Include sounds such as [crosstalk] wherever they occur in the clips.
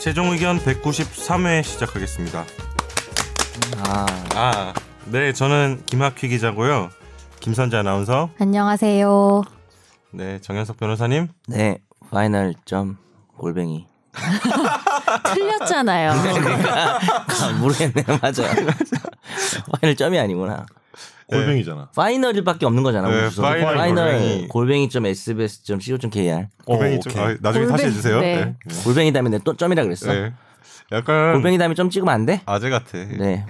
최종 의견 193회 시작하겠습니다. 아, 아, 네, 저는 김학휘 기자고요. 김선재 아나운서, 안녕하세요. 네, 정현석 변호사님. 네. 파이널 점 골뱅이. 틀렸잖아요. 아, 모르겠네. [laughs] 맞아. 파이널 점이 아니구나. 네. 골뱅이잖아. 파이널밖에 없는 거잖아. 네, 우리 주소. 파이널 파이널 골뱅이. 골뱅이 점 sbs 점 co 점 kr. 골뱅이 오, 점. 오케이. 아, 나중에 다시 골뱅- 해주세요. 네. 네. 골뱅이 다음에 내또 점이라 그랬어. 네. 약간 골뱅이 다음에 점 찍으면 안 돼? 아재 같아. 네.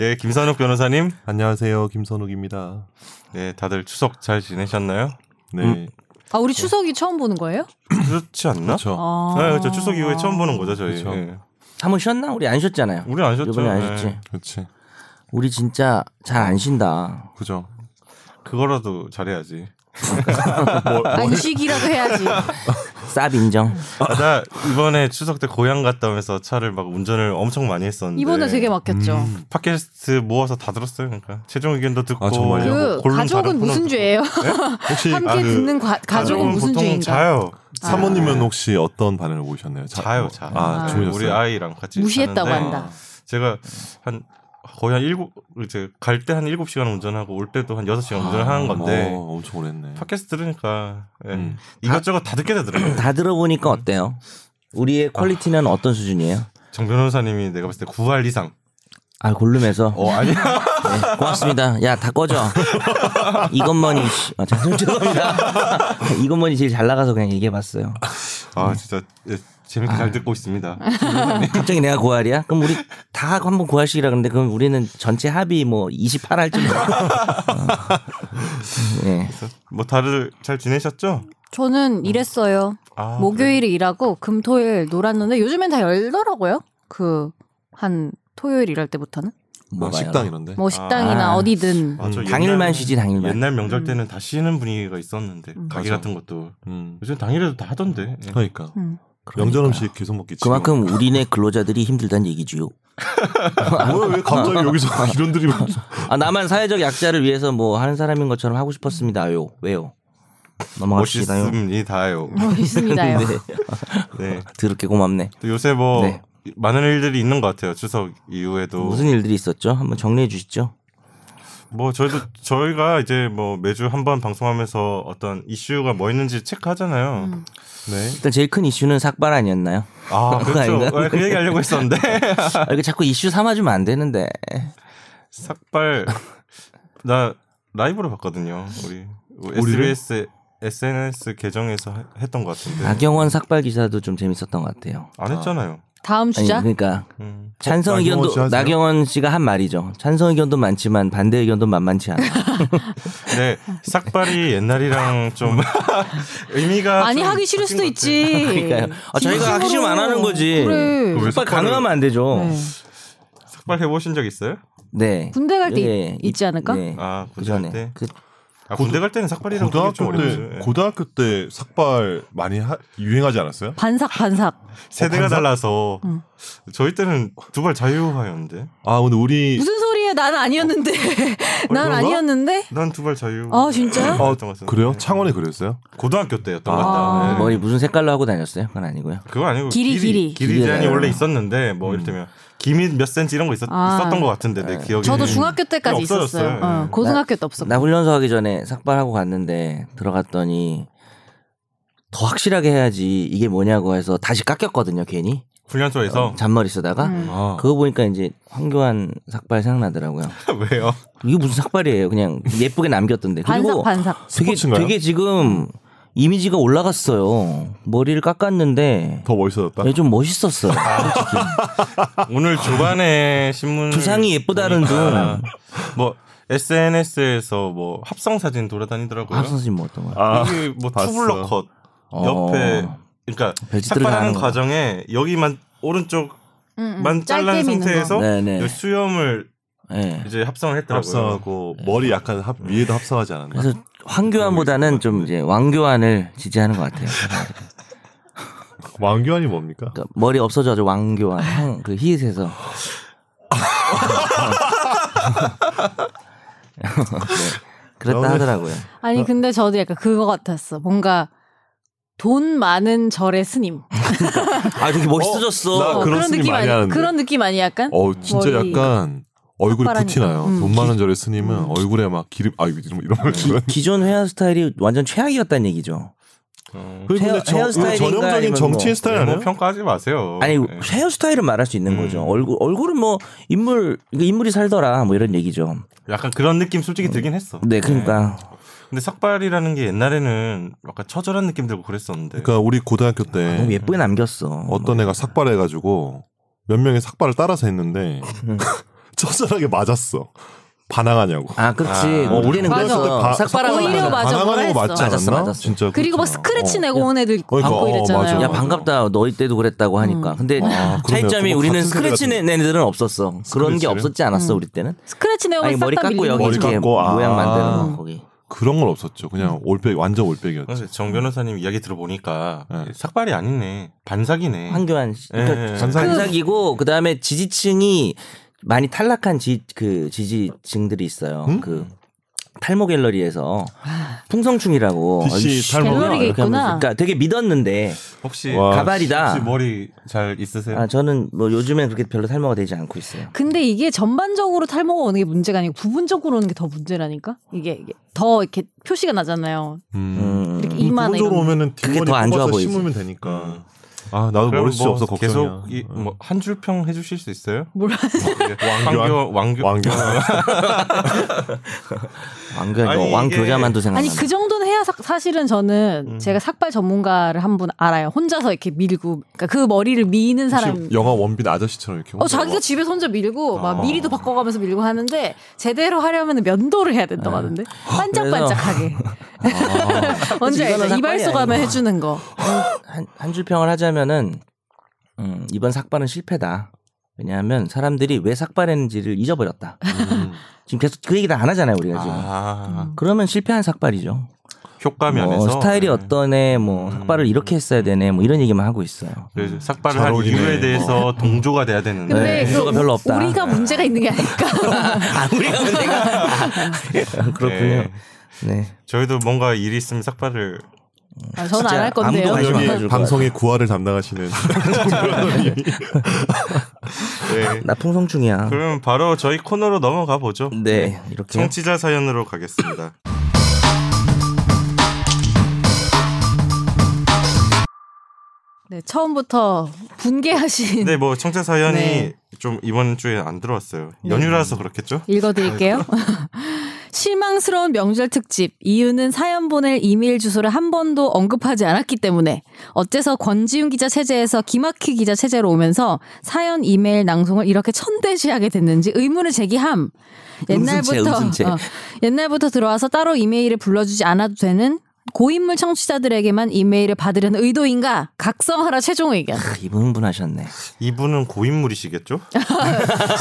예, 김선욱 변호사님. 안녕하세요, 김선욱입니다. 네, 다들 추석 잘 지내셨나요? 음, 네. 아 우리 추석이 처음 보는 거예요? 그렇지 않나? 그렇죠. 아, 네, 그렇죠. 추석 이후에 처음 보는 거죠, 저희. 그렇죠. 예. 한번 쉬었나? 우리 안 쉬었잖아요. 우리 안 쉬었죠. 이번에 안 네. 쉬었지. 그렇지. 우리 진짜 잘 안 쉰다. 그죠. 그거라도 잘해야지. 아, 네. 안식이라도 해야지. 쌉 인정. 아, 나 이번에 추석 때 고향 갔다 오면서 차를 막 운전을 엄청 많이 했었는데 이번에 되게 막혔죠. 음. 팟캐스트 모아서 다 들었어요. 그러니까 최종 의견도 듣고 뭐 아, 뭐 정말요? 그 골룸 가족은 다른 무슨 코너 죄예요? [laughs] 혹시 함께 아, 그 듣는 과- 가족은 무슨 보통 죄인가? 자요. 사모님은 혹시 어떤 반응을 보이셨나요? 자- 자요, 어, 자. 아, 아. 주무셨어요. 우리 아이랑 같이 무시했다고 자는데 한다. 제가 한 거의 한 일곱 이제 갈 때 한 일곱 시간 운전하고 올 때도 한 여섯 시간 운전을 하는 건데 어, 엄청 오래 했네. 팟캐스트 들으니까 예. 음. 이것저것 다 듣게 되더라고요. 다 들어보니까 어때요? 우리의 퀄리티는 어떤 수준이에요? 정 변호사님이 내가 봤을 때 9할 이상. 아, 골룸에서. 어 아니야. 네, 고맙습니다. 야, 다 꺼져. 이것만이, 씨. 아, 죄송- 죄송합니다. 이것만이 제일 잘 나가서 그냥 얘기해봤어요. 아 진짜 예, 재밌게 잘 듣고 아, 있습니다. 갑자기 내가 고알이야? 그럼 우리 다 한번 고알씩이라 그러는데 그럼 우리는 전체 합이 뭐 28할쯤. 어. 예. 뭐 다들 잘 지내셨죠? 저는 음. 일했어요. 네. 아, 목요일에 일하고 금토일 놀았는데 요즘엔 다 열더라고요. 그 한 토요일 일할 때부터는 뭐 식당 이런데. 뭐 식당이나 아. 어디든 맞아, 옛날- 당일만 쉬지 당일만. 옛날 명절 때는 다 쉬는 분위기가 있었는데 음. 가게 맞아. 같은 것도 음. 요즘 당일에도 다 하던데. 예. 그러니까. 음. 명절 음식 계속 먹기. 지금. 그만큼 우리네 근로자들이 힘들다는 얘기지요. [laughs] 뭐야 왜 갑자기 여기서 이런 드립을? 아 나만 사회적 약자를 위해서 뭐 하는 사람인 것처럼 하고 싶었습니다요. 왜요? 넘어갑시다요. 멋있습니다요. [laughs] 뭐 있습니다요. 네. 드럽게 네. 고맙네. 또 요새 뭐 네. 많은 일들이 있는 것 같아요. 추석 이후에도 무슨 일들이 있었죠? 한번 정리해 주시죠. 뭐 저희도 저희가 이제 뭐 매주 한 번 방송하면서 어떤 이슈가 뭐 있는지 체크하잖아요. 음. 네. 일단 제일 큰 이슈는 삭발 아니었나요? 아 그거 그렇죠. 아닌가요? 아, 그 얘기 하려고 [laughs] 했었는데 아, 이렇게 자꾸 이슈 삼아주면 안 되는데. [laughs] 삭발 나 라이브로 봤거든요. 우리 뭐 어, 우리를? SBS SNS 계정에서 하- 했던 것 아. 같은데 나경원 삭발 기사도 좀 재밌었던 것 같아요. 안 했잖아요. 다음 아니 주자 그러니까 음. 찬성 나경원 씨 의견도 하세요? 나경원 씨가 한 말이죠. 찬성 의견도 많지만 반대 의견도 만만치 않아. 네. 근데 삭발이 옛날이랑 [laughs] 좀그 의미가 아니 좀 하기 싫을 바뀐 수도 것 있지. 그러니까요. 아, 저희가 하기 싫으면 안 하는 거지. 아, 그래. 왜 삭발 삭발을- 가능하면 안 되죠. 네. 같아요. 삭발 해보신 적 있어요? 네. 군대 갈 때 예, 있지 않을까? 네. 아 그 군대 갈 전에 때. 그 아, 군대 갈 때는 삭발이랑 그게 좀 고등학교 어렵지. 때 예. 고등학교 때 삭발 많이 하- 유행하지 않았어요? 반삭 반삭. 세대가 어, 반사- 달라서 응. 저희 때는 두발 자유화였는데 아 근데 우리 무슨 소리야? 난 아니었는데. 난 그런가? 아니었는데. 난 두발 자유. 아 진짜요? 어, 것 같은데. 그래요? 창원에 그랬어요? 고등학교 때였던 것 아. 같다. 네. 머리 무슨 색깔로 하고 다녔어요? 그건 아니고요. 그거 아니고 길이, 길이. 길이 제한이 길이요. 네. 음. 원래 있었는데 뭐 이를테면 기미 몇 센치 이런 거 있었, 아. 있었던 것 같은데 네. 내 기억에. 음. 저도 중학교 때까지 없어졌어요. 있었어요. 어, 예. 고등학교 때 없었고. 나 훈련소 하기 전에 삭발하고 갔는데 들어갔더니 더 확실하게 해야지 이게 뭐냐고 해서 다시 깎였거든요. 괜히 어. 훈련소에서 잔머리 쓰다가 음. 아, 그거 보니까 이제 황교안 삭발 생각나더라고요. 왜요? 이게 무슨 삭발이에요? 그냥 예쁘게 남겼던데. 반삭 그리고 반삭. 되게 스포츠인가요? 되게 지금 이미지가 올라갔어요. 머리를 깎았는데 더 멋있어졌다. 예, 좀 [laughs] 멋있었어요. 아. 오늘 조간에 신문 두상이 예쁘다는 보니까 둥. [laughs] 뭐 SNS에서 뭐 합성 사진 돌아다니더라고요. 합성진 뭐 어떤 거야? 아, 이게 뭐 봤어. 투블럭 컷 아, 옆에 어. 그러니까 별짓들을 삭발하는 하는 거. 과정에 여기만 오른쪽만 음, 잘라낸 상태에서 네네. 여기 수염을 예. 이제 합성을 했더라고요. 합성하고 머리 약간 합, 위에도 합성하지 않았나? 그래서 황교안보다는 좀 이제 왕교안을 지지하는 것 같아요. 왕교환이 그 뭡니까? 그러니까 머리 없어져서 왕교안 형, 그 히읗에서 네, 그랬다 하더라고요. 아니 근데 저도 약간 그거 같았어. 뭔가 돈 많은 절의 스님 아 되게 멋있어졌어. 나 그런 스님 많이 아니- 하는데. 그런 느낌 아니 약간 어 진짜 머리. 약간 얼굴에 삭발하니까. 붓이 나요. 음. 돈 많은 절의 스님은 음. 얼굴에 막 기름 아 이거 이런 이런 걸 주는. 기존 헤어 스타일이 완전 최악이었다는 얘기죠. 어, 그리고 헤어- 근데 저- 헤어스타일인가 이거 전형적인 아니면 정치인 뭐- 스타일 뭐 아니에요? 평가하지 마세요. 아니 네. 헤어 스타일은 말할 수 있는 거죠. 음. 얼굴 얼굴은 뭐 인물 그러니까 인물이 살더라 뭐 이런 얘기죠. 약간 그런 느낌 솔직히 들긴 했어. 네 그러니까 네. 근데 삭발이라는 게 옛날에는 약간 처절한 느낌 들고 그랬었는데. 그러니까 우리 고등학교 때 아, 너무 예쁘게 네. 남겼어. 어떤 애가 삭발해가지고 몇 명이 삭발을 따라서 했는데 음. [laughs] 처절하게 맞았어. 반항하냐고. 아 그렇지. 아, 뭐 우리는 맞아. 그래서 바- 삭발하고 오히려 나서 맞아. 반항하는 거 뭐라 했어. 맞지 맞았어, 않았나? 맞았어. 뭐 진짜 그리고 막 그렇잖아. 스크래치 어. 내고 온 애들 있고 그러니까, 받고 어, 이랬잖아요. 야 맞아. 반갑다 너희 때도 그랬다고 하니까 음. 근데 아, 그러네요. 차이점이 저거 우리는 같은 세대 스크래치 낸 애들은 없었어 그런 게 스크래치를? 없었지 않았어 음. 우리 때는 스크래치 내고 아니 싹다 머리 깎고 여기 머리 이렇게 깎고, 아. 모양 만드는 거 거기 어, 그런 건 없었죠. 음. 그냥 올백 완전 올백이었죠. 그래서 정 변호사님 이야기 들어보니까 네. 삭발이 아니네 음. 반삭이네. 황교안 씨 예, 그러니까 예. 반삭이- 반삭이고 그다음에 지지층이 많이 탈락한 지, 그 지지층들이 있어요 음? 그 탈모 갤러리에서 풍성충이라고 DC 탈모. 갤러리가 이렇게 있구나. 하면서 그러니까 되게 믿었는데 혹시 와, 가발이다. 혹시 머리 잘 있으세요? 아 저는 뭐 요즘엔 그렇게 별로 탈모가 되지 않고 있어요 근데 이게 전반적으로 탈모가 오는 게 문제가 아니고 부분적으로 오는 게 더 문제라니까 이게, 이게 더 이렇게 표시가 나잖아요. 음. 음. 이렇게 음, 이만 기본적으로 이런 오면은 그게 뒷머리 더안 좋아 뽑아서 보이지. 심으면 되니까. 아 나도 음. 그럼 머리 숱이 뭐 없어 걱정이야. 음. 계속 이, 뭐 한 줄 평 해주실 수 있어요? 뭐라 왕교 왕교 왕교. 왕교야 아니, 이거 왕 예. 이게- 교자만도 아니 생각나 그 정도는 해야 사, 사실은 저는 음. 제가 삭발 전문가를 한 분 알아요. 혼자서 이렇게 밀고 그러니까 그 머리를 미는 사람. 혹시 영화 원빈 아저씨처럼 이렇게. 어 혼자 자기가 막- 집에서 혼자 아. 밀고 막 어. 미리도 바꿔가면서 밀고 하는데 제대로 하려면 면도를 해야 된다고 하던데 반짝반짝하게 [laughs] 그 어. 언제 네. 아, 그치, 이거는 알죠? 삭발이 이발소 가면 아니고. 해주는 거 한, 한 줄평을 하자면은 음, 이번 삭발은 실패다. 왜냐하면 사람들이 왜 삭발했는지를 잊어버렸다. 음. [laughs] 지금 계속 그 얘기 다 안 하잖아요, 우리가 지금. 아 그러면 실패한 삭발이죠. 효과면 뭐 에서 네. 스타일이 어떤 애, 뭐 삭발을 이렇게 했어야 되네, 뭐 이런 얘기만 하고 있어요. 그래서 삭발을 잘 한 어울리네. 이유에 대해서 동조가 돼야 되는데 근데 네, 그 효과가 별로 없다. 우리가 문제가 있는 게 [laughs] 아닐까 아, 우리가 내가 [laughs] 그렇군요. 네. 네. 저희도 뭔가 일이 있으면 삭발을 아, 저는 안 할 진짜 건데요 아무도 관심 안 여기 가질 방송의 구화를 담당하시는 [laughs] 변호사님. 네. 아, 나 풍성충이야. 그럼 바로 저희 코너로 넘어가 보죠. 네, 이렇게. 청취자 사연으로 가겠습니다. 네, 처음부터 분개하신 근데 뭐 청취자 사연이 네. 좀 이번 주에 안 들어왔어요. 연휴라서 그렇겠죠? [laughs] 읽어드릴게요. [laughs] 실망스러운 명절 특집 이유는 사연 보낼 이메일 주소를 한 번도 언급하지 않았기 때문에 어째서 권지윤 기자 체제에서 김학휘 기자 체제로 오면서 사연 이메일 낭송을 이렇게 천대시하게 됐는지 의문을 제기함. 음순체, 옛날부터 음순체. 어, 옛날부터 들어와서 따로 이메일을 불러주지 않아도 되는 고인물 청취자들에게만 이메일을 받으려는 의도인가? 각성하라 최종 [laughs] 의견. 크, 아, 이분 흥분하셨네. 이분은 고인물이시겠죠?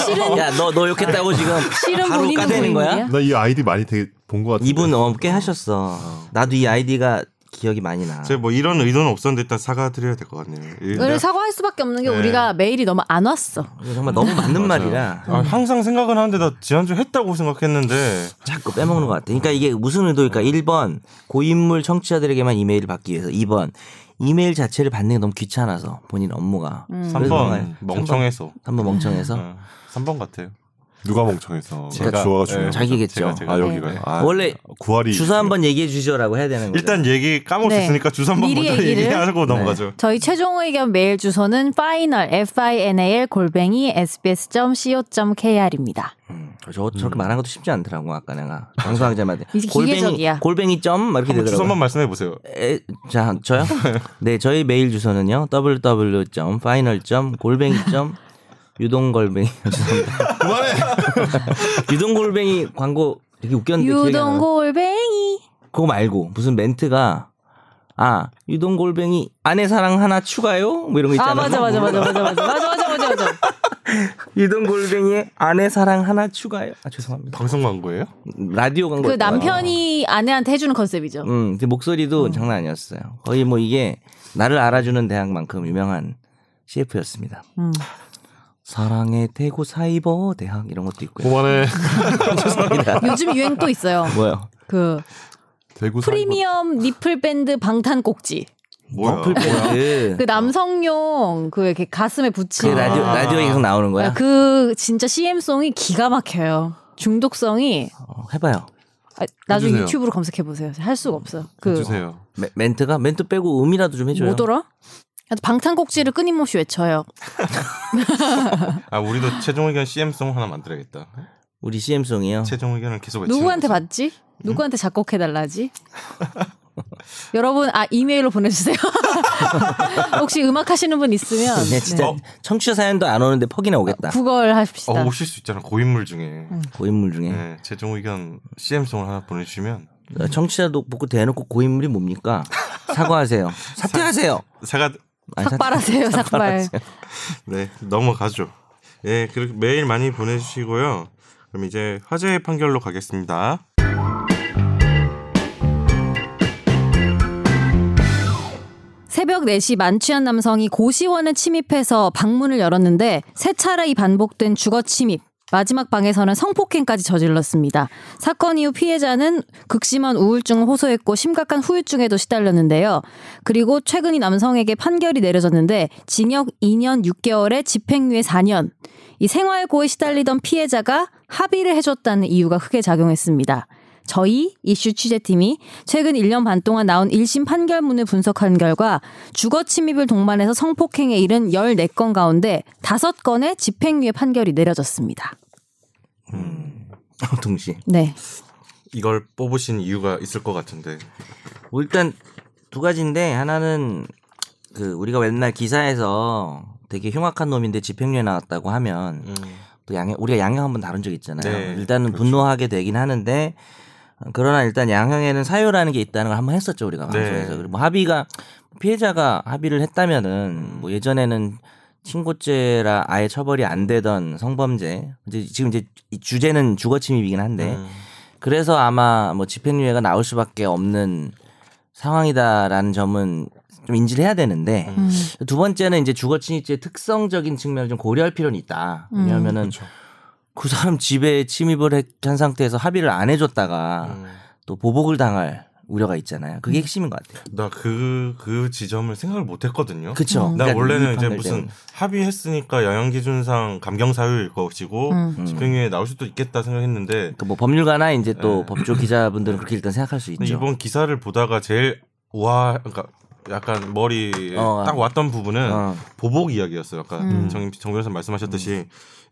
실은 야, 너, 너 욕했다고 지금 실은 바로 본인은 까대는 거야? 고인물이야? 나 이 아이디 많이 되게 본 것 같은데. 이분 어, 꽤 하셨어. 나도 이 아이디가 기억이 많이 나. 제가 뭐 이런 의도는 없었는데 일단 사과드려야 될 것 같네요. 일- 을 사과할 수밖에 없는 게 네. 우리가 메일이 너무 안 왔어. 이거 정말 너무 맞는 말이라 아, 항상 생각은 하는데 나 지난주 했다고 생각했는데 자꾸 빼먹는 것 같아. 그러니까 이게 무슨 의도일까? 1번 고인물 청취자들에게만 이메일을 받기 위해서. 2번 이메일 자체를 받는 게 너무 귀찮아서 본인 업무가. 음. 그래서 3번 정말 멍청해서 한번 멍청해서. 네, 그러니까 어, 3번 같아요. 누가 멍청해서 제가- 주화가 예, 중요해. 음, 자기겠죠. 제가, 네. 제가. 아 여기가 아, 원래 구할이 주소 한번 얘기해 주시오라고 해야 되는 거죠. 일단 얘기 네. 까먹었으니까 주소 한번 미리 먼저 얘기를. 얘기하고 넘어가죠. 저희 최종 의견 메일 주소는 final f i n a l 골뱅이 s b s c o k r입니다. 음, 저 저렇게 말한 것도 쉽지 않더라고 아까 내가 방송하자마자 이제 기계적이야. 골뱅이 골뱅이 점 막 이렇게 한번 되더라고. 주소만 말씀해 보세요. 네. 에, 자, 저요? [laughs] 네, 저희 메일 주소는요. www.final. 골뱅이. 유동골뱅이. 그만해. [laughs] 유동골뱅이 광고 되게 웃겼는데 기억이 안 나. 유동 골뱅이 그거 말고 무슨 멘트가 아, 유동골뱅이 아내 사랑 하나 추가요? 뭐 이런 거 있잖아요. 뭐 아 맞아 맞아 맞아 맞아 맞아 맞아 맞아 맞아 맞아 유동골뱅이에 아내 사랑 하나 추가요? 아, 죄송합니다. 방송 광고예요? 라디오 광고. 그 남편이 아내한테 해주는 컨셉이죠. 음, 근데 목소리도 장난 아니었어요. 거의 뭐 이게 나를 알아주는 대학만큼 유명한 CF였습니다. 음. 사랑의 대구 사이버 대학 이런 것도 있고요. 그만해. [laughs] 죄송합니다. 요즘 유행 또 있어요. 뭐요? 그 대구 뭐. 사이버- 프리미엄 니플 밴드 방탄 꼭지. 뭐야? 머플 밴드. 그 남성용 그 이렇게 가슴에 어. 그 붙이는 라디오 아. 라디오에 계속 나오는 거야. 아, 그 진짜 CM송이 기가 막혀요. 중독성이 어, 해봐요. 아, 나중에 해주세요. 유튜브로 검색해 보세요. 할 수가 없어. 그 주세요. 멘- 멘트가 멘트 빼고 음이라도 좀 해줘요. 뭐더라? 하여튼 방탄꼭지를 끊임없이 외쳐요. 아 우리도 최종 의견 CM송 하나 만들어야겠다. 우리 CM 송이요. 최종 의견을 계속 외치는 누구한테 거지. 받지? 누구한테 [laughs] 작곡해 달라지? 여러분 아 이메일로 보내주세요. [laughs] 혹시 음악 하시는 분 있으면 네, 네, 진짜 청취자 사연도 안 오는데 퍽이나 아, 오겠다. 구걸 하십시다. 어, 오실 수 있잖아 고인물 중에. 음. 고인물 중에 네, 최종 의견 CM송을 하나 보내주시면 네. 어, 청취자도 보고 대놓고 고인물이 뭡니까? 사과하세요. 사퇴하세요. 사가 아니, 사퇴- 삭발하세요, 삭발. 네 넘어가죠. 예, 그렇게 매일 많이 보내주시고요. 그럼 이제 화제의 판결로 가겠습니다. 새벽 4시 만취한 남성이 고시원에 침입해서 방문을 열었는데 세 차례 이 반복된 주거 침입. 마지막 방에서는 성폭행까지 저질렀습니다. 사건 이후 피해자는 극심한 우울증을 호소했고 심각한 후유증에도 시달렸는데요. 그리고 최근 이 남성에게 판결이 내려졌는데 징역 2년 6개월에 집행유예 4년. 이 생활고에 시달리던 피해자가 합의를 해줬다는 이유가 크게 작용했습니다. 저희 이슈 취재팀이 최근 1년 반 동안 나온 1심 판결문을 분석한 결과 주거 침입을 동반해서 성폭행에 이른 14건 가운데 5건의 집행유예 판결이 내려졌습니다. [laughs] 동시. 네. 이걸 뽑으신 이유가 있을 것 같은데. 뭐 일단 두 가지인데 하나는 그 우리가 맨날 기사에서 되게 흉악한 놈인데 집행유예 나왔다고 하면 음. 또 양형 우리가 양형 한번 다룬 적 있잖아요. 네, 일단은 그렇죠. 분노하게 되긴 하는데 그러나 일단 양형에는 사유라는 게 있다는 걸 한번 했었죠 우리가 네. 방송에서 그리고 뭐 합의가 피해자가 합의를 했다면은 뭐 예전에는 친고죄라 아예 처벌이 안 되던 성범죄 이제 지금 이제 이 주제는 주거침입이긴 한데 음. 그래서 아마 뭐 집행유예가 나올 수밖에 없는 상황이다라는 점은 좀 인지를 해야 되는데 음. 음. 두 번째는 이제 주거침입죄의 특성적인 측면을 좀 고려할 필요는 있다. 음. 왜냐하면은 그렇죠. 그 사람 집에 침입을 했- 한 상태에서 합의를 안 해줬다가 음. 또 보복을 당할 우려가 있잖아요. 그게 핵심인 것 같아요. 나그 그 지점을 생각을 못했거든요. 그렇죠. 나 음. 원래는 이제 무슨 그 합의했으니까 영양 기준상 감경 사유일 것이고 음. 집행유예 나올 수도 있겠다 생각했는데 그뭐 법률가나 이제 또 네. 법조 기자분들은 그렇게 일단 생각할 수 근데 있죠. 이번 기사를 보다가 제일 와 그러니까 약간 머리에 어. 딱 왔던 부분은 어. 보복 이야기였어요. 아까 음. 정, 정 변호사 말씀하셨듯이 음.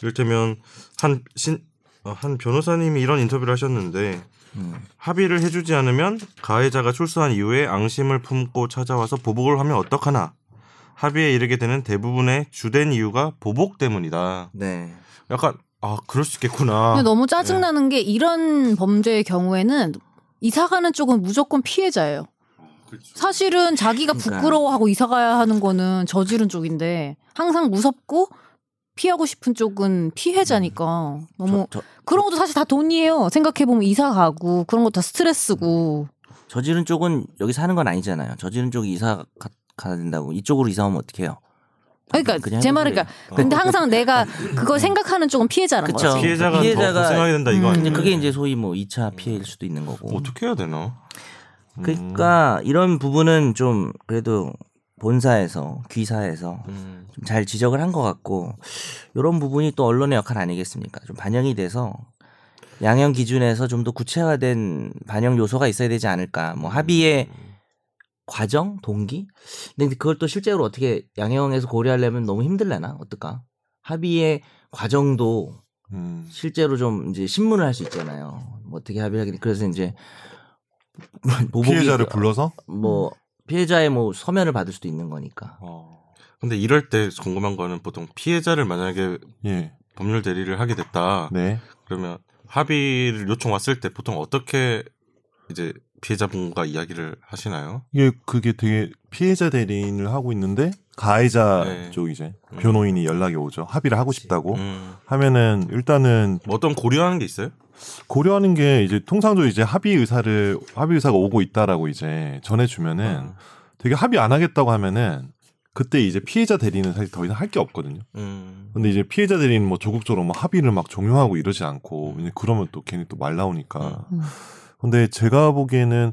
이를테면 한 신 어, 한 변호사님이 이런 인터뷰를 하셨는데 음. 합의를 해주지 않으면 가해자가 출소한 이후에 앙심을 품고 찾아와서 보복을 하면 어떡하나 합의에 이르게 되는 대부분의 주된 이유가 보복 때문이다. 네. 약간 아 네. 그럴 수 있겠구나. 근데 너무 짜증나는 게 이런 범죄의 경우에는 이사가는 쪽은 무조건 피해자예요. 그렇죠. 사실은 자기가 그러니까요. 부끄러워하고 이사가야 하는 거는 저지른 쪽인데 항상 무섭고 피하고 싶은 쪽은 피해자니까 음. 너무 저, 그런 것도 사실 다 돈이에요. 생각해 보면 이사 가고 그런 것도 다 스트레스고. 저, 지른 쪽은 여기 사는 건 아니잖아요. 저지른 쪽이 이사 가, 가야 된다고 이쪽으로 이사 오면 어떻게 해요? 그러니까 그냥 제 해보세요. 말은 그러니까 근데 항상 내가 그걸 생각하는 쪽은 피해자란 그쵸. 거지. 피해자가, 피해자가- 더 고생하게 된다 이거 음. 아니에요? 근데 그게 이제 소위 뭐 2차 피해일 수도 있는 거고. 음. 뭐 어떻게 해야 되나? 음. 그러니까 이런 부분은 좀 그래도 본사에서 귀사에서 음. 좀 잘 지적을 한 것 같고 이런 부분이 또 언론의 역할 아니겠습니까? 좀 반영이 돼서 양형 기준에서 좀 더 구체화된 반영 요소가 있어야 되지 않을까? 뭐 합의의 과정, 동기? 근데 그걸 또 실제로 어떻게 양형에서 고려하려면 너무 힘들려나? 어떨까? 합의의 과정도 음. 실제로 좀 이제 신문을 할 수 있잖아요. 뭐 어떻게 합의를 하긴 그래서 이제 [laughs] 보복이- 피해자를 불러서 음. 뭐 피해자의 뭐 서면을 받을 수도 있는 거니까. 어. 근데 이럴 때 궁금한 거는 보통 피해자를 만약에 예. 법률 대리를 하게 됐다. 네. 그러면 합의를 요청 왔을 때 보통 어떻게 이제 피해자분과 이야기를 하시나요? 이게 그게 되게 피해자 대리인을 하고 있는데 가해자 네. 쪽 이제 음. 변호인이 연락이 오죠. 합의를 하고 뭐? 싶다고 음. 하면은 일단은 뭐 어떤 고려하는 게 있어요? 고려하는 게 이제 통상적으로 이제 합의 의사를 합의 의사가 오고 있다라고 이제 전해주면은 되게 합의 안 하겠다고 하면은 그때 이제 피해자 대리는 사실 더 이상 할 게 없거든요. 음. 근데 이제 피해자 대리는 뭐 조국적으로 뭐 합의를 막 종용하고 이러지 않고 이제 그러면 또 괜히 또 말 나오니까. 음. 근데 제가 보기에는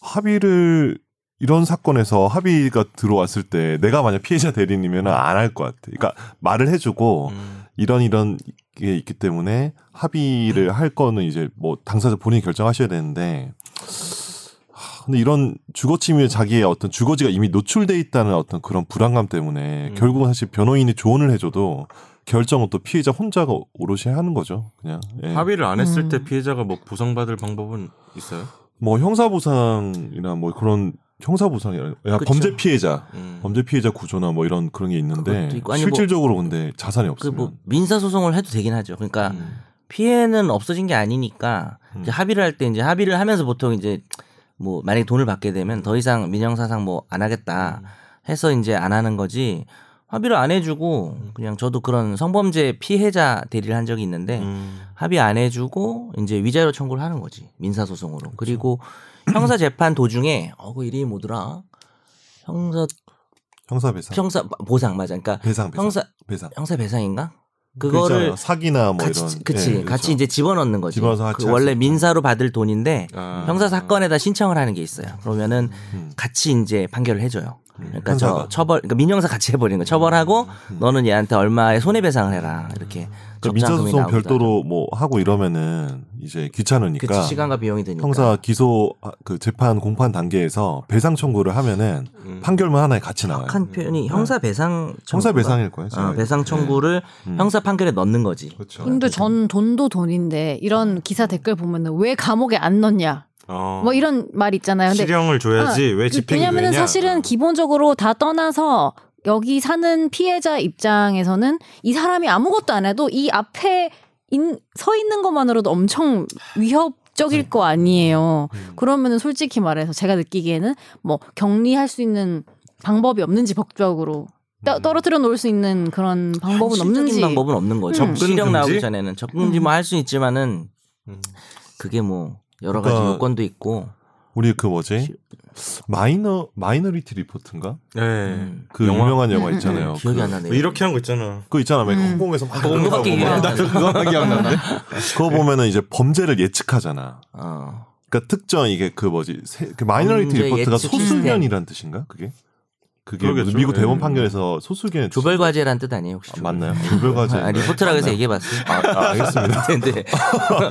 합의를 이런 사건에서 합의가 들어왔을 때 내가 만약 피해자 대리인이면 안 할 것 같아. 그러니까 말을 해주고 음. 이런 이런 게 있기 때문에 합의를 할 거는 이제 뭐 당사자 본인이 결정하셔야 되는데 하, 근데 이런 주거침입 자기의 어떤 주거지가 이미 노출돼 있다는 어떤 그런 불안감 때문에 음. 결국은 사실 변호인이 조언을 해줘도 결정은 또 피해자 혼자가 오롯이 하는 거죠. 그냥 예. 합의를 안 했을 음. 때 피해자가 뭐 보상받을 방법은 있어요? 뭐 형사 보상이나 뭐 그런 형사 보상이 아니라 야, 그쵸. 범죄 피해자 음. 범죄 피해자 구조나 뭐 이런 그런 게 있는데 그것도 있고, 아니, 뭐- 실질적으로 근데 자산이 없으면 그뭐 민사 소송을 해도 되긴 하죠. 그러니까 음. 피해는 없어진 게 아니니까 이제 음. 합의를 할 때 이제 합의를 하면서 보통 이제 뭐 만약에 돈을 받게 되면 더 이상 민형사상 뭐 안 하겠다 해서 이제 안 하는 거지 합의를 안 해주고 그냥 저도 그런 성범죄 피해자 대리를 한 적이 있는데 네. 음. 합의 안 해주고 이제 위자료 청구를 하는 거지 민사 소송으로 그리고 형사 재판 도중에 어그 이름이 뭐더라 형사 형사 배상 형사 보상 맞아 그러니까 배상 배상 형사 배상 형사 배상인가 음, 그 그거를 있잖아요. 사기나 뭐 같이 이런 그치 예, 그렇죠. 같이 이제 집어넣는 거지. 집어넣어서 그 같이 할수 원래 있죠. 민사로 받을 돈인데 아. 형사 사건에다 신청을 하는 게 있어요. 그러면은 음. 같이 이제 판결을 해줘요. 그러니까 형사가. 음, 저 처벌 그러니까 민형사 같이 해버리는 거 처벌하고 너는 얘한테 얼마의 손해배상을 해라 이렇게 그 적정금이 민사소송 나오고 별도로 뭐 하고 이러면은 이제 귀찮으니까 그치 시간과 비용이 드니까 형사 기소 아, 그 재판 공판 단계에서 배상 청구를 하면은 음. 판결문 하나에 같이 나와요. 악한 표현이 형사 배상 음. 형사 청구가- 배상일 거예요. 어, 제가 배상 청구를 음. 형사 판결에 넣는 거지. 그렇죠. 근데 전 돈도 돈인데 이런 기사 댓글 보면은 왜 감옥에 안 넣냐 어. 뭐 이런 말 있잖아요. 근데 실형을 줘야지 왜 그- 집행이 왜냐면은 되냐? 어. 음. 사실은 기본적으로 다 떠나서 여기 사는 피해자 입장에서는 이 사람이 아무것도 안 해도 이 앞에 인- 서 있는 것만으로도 엄청 위협적일 거 아니에요. 음. 그러면은 솔직히 말해서 제가 느끼기에는 뭐 격리할 수 있는 방법이 없는지 법적으로 떠- 떨어뜨려 놓을 수 있는 그런 방법은 음. 현실적인 없는지 방법은 없는 거죠. 음. 실형 접근 나오기 금지? 전에는 접근지 뭐 할 수 있지만은 음. 그게 뭐 여러 가지 그러니까 요건도 있고 우리 그 뭐지 마이너 마이너리티 리포트인가 네. 음. 그 영화? 유명한 영화 음, 음, 있잖아요. 기억이 그, 안 나네요. 어. 뭐 이렇게 한 거 있잖아. 그거 있잖아, 왜 음. 홍콩에서 막 홍콩 그거 사고 막 막. [laughs] 나도 그거밖에 기억나는데. 그거 네. 보면은 이제 범죄를 예측하잖아. 어. 그러니까 특정 이게 그 뭐지 세- 그 마이너리티 범죄 리포트가 예측 소수견이란 뜻인가? 그게 그게 뭐 그러겠죠. 미국 대법원 예. 판결에서 소수견 조별 과제란 뜻 아니에요 혹시? 아, 맞나요? 조별과제 [laughs] 아, 리포트라고 해서 얘기해 봤어. 아, 아, [laughs] 알겠습니다. [laughs] 근데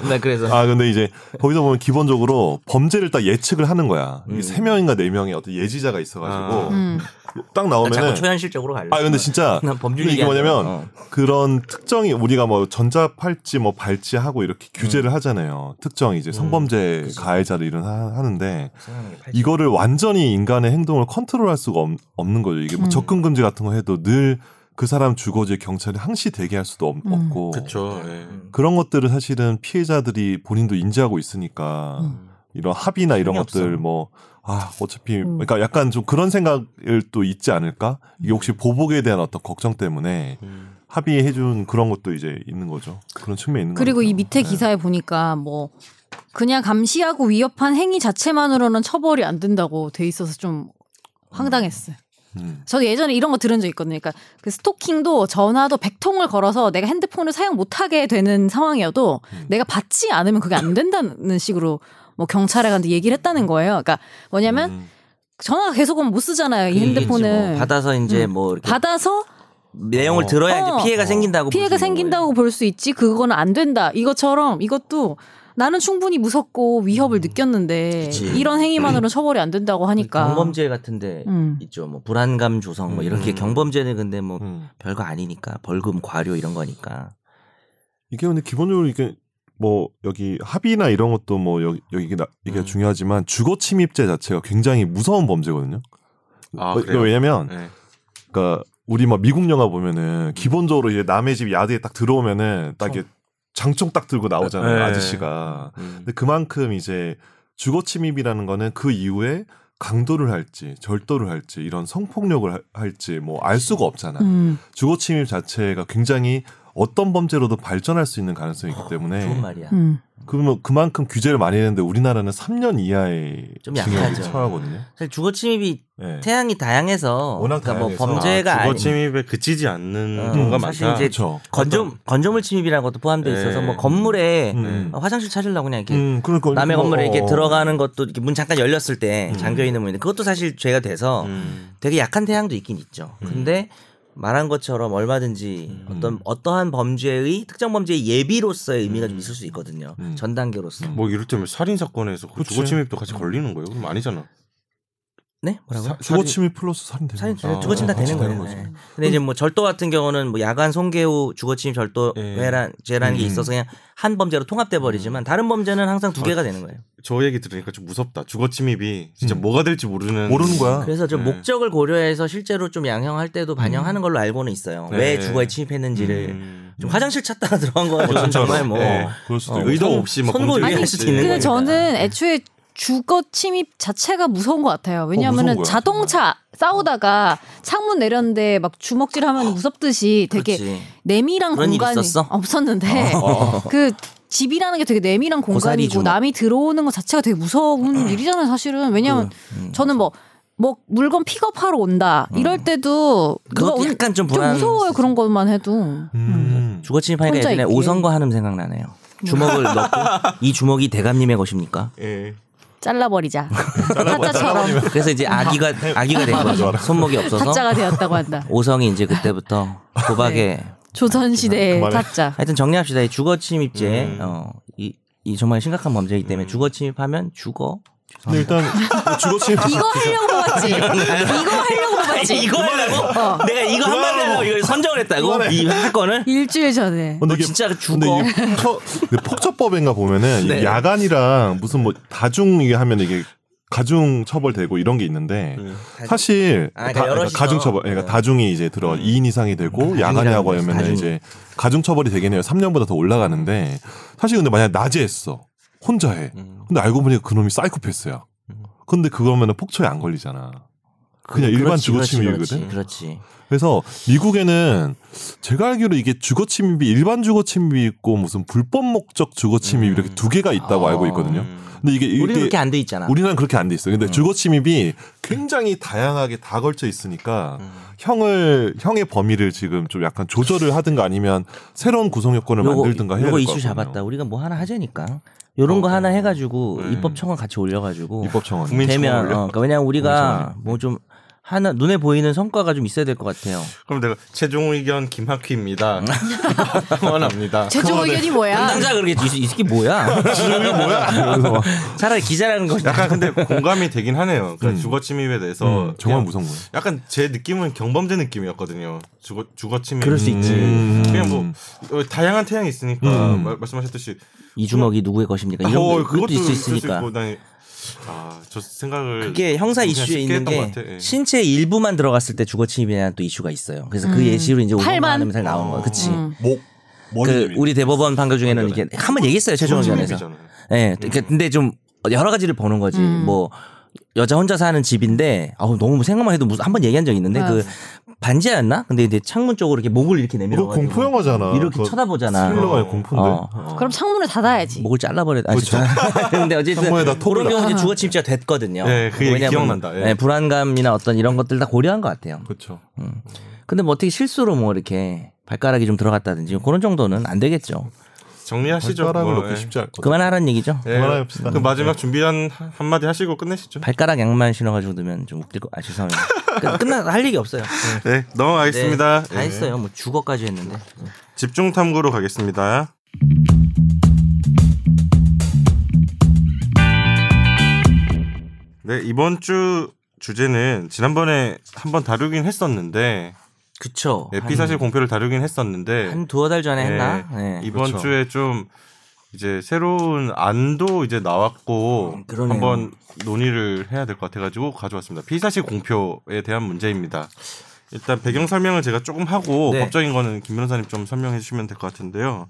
나 그래서 아 근데 이제 거기서 보면 기본적으로 범죄를 딱 예측을 하는 거야. 음. 이게 세 명인가 네 명의 어떤 예지자가 있어가지고 아. [laughs] 음. 딱 나 자꾸 나오면은 초현실적으로 갈래. 아 근데 진짜 난 법률 이게 얘기 뭐냐면 그런 특정이 우리가 뭐 전자 팔찌 뭐 발찌 하고 이렇게 규제를 음. 하잖아요. 특정 이제 성범죄 그렇죠. 가해자를 이런 하- 하는데 어. 이거를 완전히 인간의 행동을 컨트롤할 수가 없, 는 거죠. 이게 뭐 음. 접근 금지 같은 거 해도 늘 그 사람 주거지에 경찰이 항시 대기할 수도 없, 음. 없고 그렇죠. 런 것들을 사실은 피해자들이 본인도 인지하고 있으니까 음. 이런 합의나 이런 전혀 것들 없어. 뭐 아 어차피 음. 그러니까 약간 좀 그런 생각을 또 있지 않을까? 이게 혹시 보복에 대한 어떤 걱정 때문에 음. 합의해 준 그런 것도 이제 있는 거죠. 그런 측면이 있는 네. 거죠. 그리고 이 네. 밑에 기사에 보니까 뭐 그냥 감시하고 위협한 행위 자체만으로는 처벌이 안 된다고 돼 있어서 좀 황당했어요. 음. 저도 예전에 이런 거 들은 적 있거든요. 그러니까 그 스토킹도 전화도 100통을 걸어서 내가 핸드폰을 사용 못하게 되는 상황이어도 음. 내가 받지 않으면 그게 안 된다는 식으로 뭐 경찰에 가는데 얘기를 했다는 거예요. 그러니까 뭐냐면 음. 전화가 계속 오면 못 쓰잖아요. 이 핸드폰을. 뭐 음. 받아서 이제 뭐 이렇게 받아서 내용을 들어야 어. 이제 피해가 생긴다고 피해가 보시는 뭐 생긴다고 볼 수 있지 그거는 안 된다 이것처럼 이것도 나는 충분히 무섭고 위협을 느꼈는데 음. 그치. 이런 행위만으로는 처벌이 안 된다고 거예요. 하니까 경범죄 같은데 음. 있죠. 뭐 불안감 조성 뭐 이런 게 음. 경범죄는 근데 뭐 음. 별거 아니니까 벌금 과료 이런 거니까. 이게 근데 기본적으로 이게 뭐 여기 합의나 이런 것도 뭐 여기 여기 이게 나- 이게 음. 중요하지만 주거 침입죄 자체가 굉장히 무서운 범죄거든요. 아, 왜- 그래요? 왜냐면 네. 음. 그러니까 우리 막 미국 영화 보면은 기본적으로 이제 남의 집 야드에 딱 들어오면은 딱 이게 장총 딱 들고 나오잖아요 네. 아저씨가. 음. 근데 그만큼 이제 주거 침입이라는 거는 그 이후에 강도를 할지 절도를 할지 이런 성폭력을 할- 할지 뭐 알 수가 없잖아. 음. 주거 침입 자체가 굉장히 어떤 범죄로도 발전할 수 있는 가능성이 있기 때문에 아, 좋은 말이야. 음. 그러면 그만큼 규제를 많이 했는데 우리나라는 3년 이하의 좀 징역이 약하죠. 네. 처하거든요. 사실 주거 침입이 예. 태양이 다양해서 워낙 그러니까 뭐 다양해서. 아, 범죄가 주거 아니 침입에 그치지 않는 어, 경우가 사실 많다. 이제 그렇죠. 건조 건조물 침입이라는 것도 포함돼 네. 있어서 뭐 건물에 음. 화장실 찾으려고 그냥 어, 이렇게 음, 그러니까 남의 이거- 건물에 이렇게 어. 들어가는 것도 이렇게 문 잠깐 열렸을 때 음. 잠겨 있는 문인데 그것도 사실 죄가 돼서 음. 되게 약한 태양도 있긴 있죠. 음. 근데 말한 것처럼 얼마든지 어떤 어떠한 범죄의 특정 범죄의 예비로서의 의미가 좀 있을 수 있거든요. 음. 전 단계로서. 뭐 이럴 때면 살인 사건에서 그 그치. 주거 침입도 같이 걸리는 거예요? 그럼 아니잖아. 네? 사- 뭐라고? 주거 침입 플러스 살인 되는 사인 아, 주거 침입 다 같이 되는 거예요. 거죠. 네. 근데 이제 뭐 절도 같은 경우는 뭐 야간 송개호 주거 침입 절도 음. 예. 죄란 죄라는 게 음. 있어서 그냥 한 범죄로 통합돼 음. 버리지만 다른 범죄는 항상 두 아, 개가 되는 거예요. 저 얘기 들으니까 좀 무섭다. 주거 침입이 진짜 음. 뭐가 될지 모르는 모르는 거야. 그래서 좀 네. 목적을 고려해서 실제로 좀 양형할 때도 반영하는 걸로 알고는 있어요. 네. 왜 주거에 침입했는지를 음. 좀 화장실 찾다가 들어간 거 가지고 진짜로. 정말 뭐 예. 아, 그럴 수도 어, 있고. 의도 없이 막 선고 범죄를 네. 유예할 했지. 수도 있는 근데 거니까. 저는 네. 애초에 주거 침입 자체가 무서운 것 같아요. 무서운 어, 왜냐하면 거야, 자동차 싸우다가 창문 내렸는데 막 주먹질하면 무섭듯이 되게 아, 그렇지. 내밀한 그런 일 공간이 있었어? 어. 없었는데 [laughs] 그 집이라는 게 되게 내밀한 고사리 공간이고 주먹. 음. 남이 들어오는 것 자체가 되게 무서운 일이잖아요 사실은 왜냐하면 그, 저는 뭐 뭐 물건 픽업하러 온다 이럴 때도 누가 음. 그것도 온- 약간 좀좀 불안- 무서워요 그런 것만 해도 음. 주거 침입하니까 혼자 예전에 있기에. 오선과 한음 생각나네요. [laughs] 주먹을 넣고 이 주먹이 대감님의 것입니까? 예. 잘라버리자 타짜처럼 그래서 이제 아기가 네. 아기가 된 거죠. 손목이 없어서 타짜가 되었다고 한다 오성이 이제 그때부터 네. 도박에 조선 시대의 타짜 하여튼 정리합시다. 이 주거 침입죄 음. 어이 이 정말 심각한 범죄이기 때문에 주거 침입하면 주거 근데 [laughs] 일단 주거 침입 이거 하려고 뽑았지 이거 하려고 아, 뽑았지 어, 이거 하려고 어. 내가 이거 한번 하려고 이걸 선정을 했다고 이 사건을 일주일 전에 근데 뭐 이게 진짜 근데 죽어. 이게 폭처, 근데 폭처법인가 보면은 이게 [laughs] 네. 야간이랑 무슨 뭐 다중 이게 하면 이게 가중 처벌되고 이런 게 있는데 사실 네. 아, 그러니까 여럿이서. 음. 가중 처벌 그러니까 다중이 이제 들어 2인 이상이 되고 야간에 하고 거죠, 하면 은 다중이. 이제 가중 처벌이 되긴 해요. 3년보다 더 올라가는데 사실 근데 만약 낮에 했어 혼자 해. 음. 근데 알고 보니까 그놈이 사이코패스야. 근데 그거면은 폭처에 안 걸리잖아. 그냥 일반 그렇지, 주거 그렇지, 침입이거든. 그렇지. 그래서 미국에는 제가 알기로 이게 주거 침입이 일반 주거 침입이 있고 무슨 불법 목적 주거 침입 이렇게 두 개가 있다고 아. 알고 있거든요. 근데 이게 우리는 이게 그렇게 안 돼 있잖아. 우리는 그렇게 안 돼 있어요. 근데 주거 침입이 굉장히 다양하게 다 걸쳐 있으니까 형을 형의 범위를 지금 좀 약간 조절을 하든가 아니면 새로운 구성 요건을 만들든가 해야 요거 될것 이슈 같거든요. 잡았다. 우리가 뭐 하나 하자니까. 요런 거 하나 해가지고 입법 청원 같이 올려가지고 입법 청원. 국민 청원 되면 올려? 어, 그러니까 왜냐면 우리가 뭐 좀 하나 눈에 보이는 성과가 좀 있어야 될 것 같아요. 그럼 내가 최종 의견 [laughs] 김학휘입니다. 응원합니다. [laughs] 최종 의견이 뭐야 당장 그렇게 이, 이 새끼 뭐야? 이게 뭐야? 이러면서 막, [laughs] 차라리 기자라는 거. 약간 근데 공감이 되긴 하네요. 그러니까 음. 주거 침입에 대해서 음, 정말 그냥 무서운 거예요. 약간 제 느낌은 경범죄 느낌이었거든요. 주거 주거 침입. 그럴 수 있지. 음. 그냥 음. 뭐 어, 다양한 태양이 있으니까 음. 말- 말씀하셨듯이 이 주먹이 누구의 것입니까? 네, 이런 어, 것도 있을 수 있을 있으니까. 있고, 난- 아, 저 생각을 그게 형사 그냥 이슈에 쉽게 있는 했던 게 것 같아. 예. 신체 일부만 들어갔을 때 주거 침입이라는 또 이슈가 있어요. 그래서 그 예시로 이제 음. 팔만? 오만하면 잘 나오는 거예요. 그치? 음. 목 머리 그 우리 대법원 판결 중에는 이게 한번 얘기했어요 최종 주거 의견에서. 침입이잖아요. 예. 그러니까 근데 좀 여러 가지를 보는 거지. 뭐 여자 혼자 사는 집인데 아우 너무 생각만 해도 무슨 한 번 얘기한 적 있는데 아. 그 반지였나? 근데 이제 창문 쪽으로 이렇게 목을 이렇게 내밀어 이거 가지고 뭐 공포 영화잖아. 음. 이렇게 그거 쳐다보잖아. 스릴러가 아니라 공포인데. 어. 어. 그럼 창문을 닫아야지 목을 잘라버려. 아, 그렇죠. 진짜. [laughs] 근데 어쨌든 창문에다 톱을 그런 경우 이제 주거 침입자 됐거든요. 예, 그 얘기 왜냐면, 기억난다. 예. 예, 불안감이나 어떤 이런 것들 다 고려한 것 같아요. 그렇죠. 근데 뭐 어떻게 실수로 뭐 이렇게 발가락이 좀 들어갔다든지 그런 정도는 안 되겠죠. 정리하시죠. 발가락을 그거. 놓기 예. 쉽지 않거 그만하라는 얘기죠. 예. 그만합시다. 그 마지막 준비한 한- 한마디 하시고 끝내시죠. 발가락 양말 신어가지고 넣으면 좀 웃길 거. 아 죄송합니다. 끝- 끝나 할 얘기 없어요. 네, 네, 넘어가겠습니다. 다 예. 했어요. 뭐 주거까지 했는데. 집중 탐구로 가겠습니다. 네, 이번 주 주제는 지난번에 한번 다루긴 했었는데 그쵸. 네, 피사실 공표를 다루긴 했었는데 한 두어 달 전에 했나? 네, 네. 이번 그렇죠. 주에 좀 이제 새로운 안도 이제 나왔고 음, 그러네요. 한번 논의를 해야 될 것 같아가지고 가져왔습니다. 피사실 공표에 대한 문제입니다. 일단 배경 설명을 제가 조금 하고 네. 법적인 거는 김 변호사님 좀 설명해 주시면 될 것 같은데요.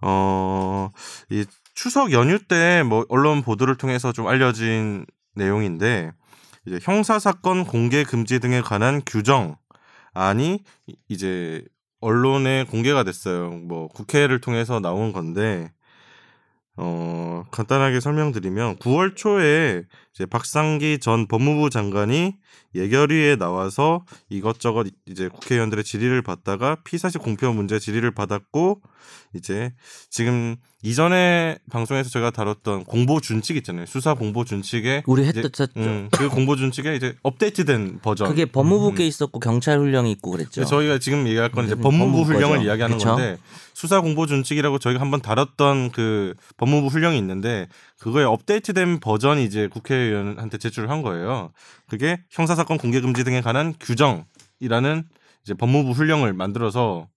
어, 이 추석 연휴 때 뭐 언론 보도를 통해서 좀 알려진 내용인데 이제 형사 사건 공개 금지 등에 관한 규정 안이 이제 언론에 공개가 됐어요. 뭐 국회를 통해서 나온 건데 어, 간단하게 설명드리면 9월 초에 이제 박상기 전 법무부 장관이 예결위에 나와서 이것저것 이제 국회의원들의 질의를 받다가 피사실 공표 문제 질의를 받았고 이제 지금 이전에 방송에서 제가 다뤘던 공보 준칙 있잖아요. 수사 공보 준칙에 우리 이제- 했었죠. 음, 그 공보 준칙에 이제 업데이트된 버전. 그게 법무부께 있었고 경찰 훈령이 있고 그랬죠. 근데 저희가 지금 얘기할 건 이제 음, 법무부, 법무부 훈령을 거죠. 이야기하는 그쵸? 건데 수사 공보 준칙이라고 저희가 한번 다뤘던 그 법무부 훈령이 있는데 그거에 업데이트된 버전이 이제 국회의원한테 제출을 한 거예요. 그게 형사 사건 공개 금지 등에 관한 규정이라는 이제 법무부 훈령을 만들어서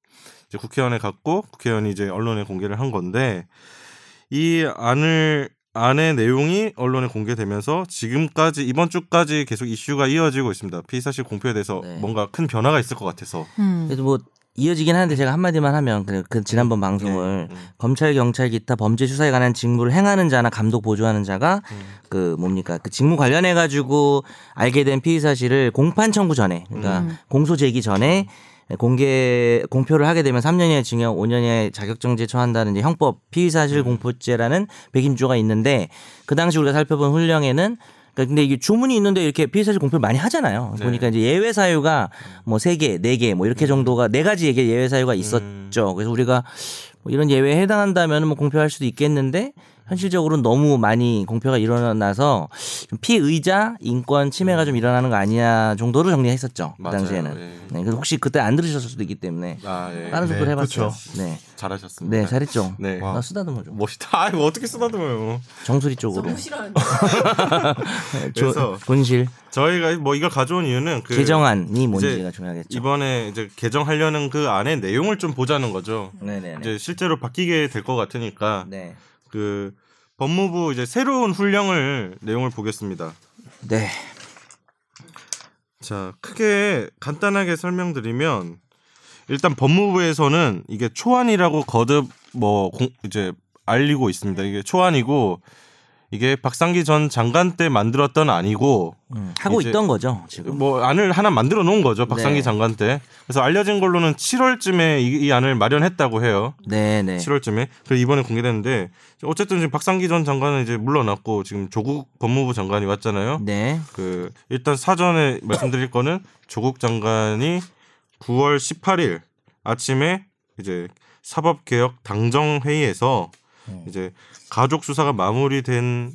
이제 국회의원에 갔고 국회의원이 이제 언론에 공개를 한 건데 이 안을 안의 내용이 언론에 공개되면서 지금까지 이번 주까지 계속 이슈가 이어지고 있습니다. 피의 사실 공표에 대해서 네. 뭔가 큰 변화가 있을 것 같아서. 음. 그래도 뭐 이어지긴 하는데 제가 한마디만 하면 그, 그 지난번 방송을 네. 음. 검찰, 경찰, 기타 범죄 수사에 관한 직무를 행하는 자나 감독 보조하는 자가 음. 그 뭡니까 그 직무 관련해 가지고 알게 된 피의 사실을 공판 청구 전에 그러니까 음. 공소 제기 전에 공개 공표를 하게 되면 3년 이하 징역, 5년 이하의 자격정지에 처한다는 이제 형법 피의 사실 음. 공포죄라는 배임조가 있는데 그 당시 우리가 살펴본 훈령에는 그러니까 근데 이게 조문이 있는데 이렇게 피의 사실 공표를 많이 하잖아요. 네. 음. 보니까 이제 예외 사유가 뭐 세 개, 네 개, 뭐 이렇게 정도가 네 가지 얘기 예외 사유가 있었죠. 그래서 우리가 뭐 이런 예외에 해당한다면 뭐 공표할 수도 있겠는데 현실적으로는 너무 많이 공표가 일어나서 좀 피의자 인권 침해가 좀 일어나는 거 아니냐 정도로 정리했었죠. 그 맞아요. 당시에는. 예. 네, 그래서 혹시 그때 안 들으셨을 수도 있기 때문에 아, 예. 다른 속도를 네, 해봤어요. 그쵸. 네, 잘하셨습니다. 네 잘했죠. 네. 나 쓰다듬어줘. 멋있다. 아, 이거 어떻게 쓰다듬어요. 정수리 쪽으로. 싫어하는데. [laughs] 조- 그래서- 본실 저희가 뭐 이걸 가져온 이유는 그 개정안이 이제 뭔지가 중요하겠죠. 이번에 이제 개정하려는 그 안의 내용을 좀 보자는 거죠. 네네네. 이제 실제로 바뀌게 될 것 같으니까 네. 그 법무부 이제 새로운 훈령을 내용을 보겠습니다. 네. 자, 크게 간단하게 설명드리면 일단 법무부에서는 이게 초안이라고 거듭 뭐 공- 이제 알리고 있습니다. 이게 초안이고 이게 박상기 전 장관 때 만들었던 아니고 음, 하고 이제- 있던 거죠 지금. 뭐 안을 하나 만들어 놓은 거죠. 박상기 네. 장관 때. 그래서 알려진 걸로는 7월쯤에 이, 이 안을 마련했다고 해요. 네네. 7월쯤에. 그래서 이번에 공개됐는데 어쨌든 지금 박상기 전 장관은 이제 물러났고 지금 조국 법무부 장관이 왔잖아요. 네. 그 일단 사전에 말씀드릴 거는 조국 장관이 9월 18일 아침에 이제 사법개혁 당정 회의에서 이제 가족 수사가 마무리된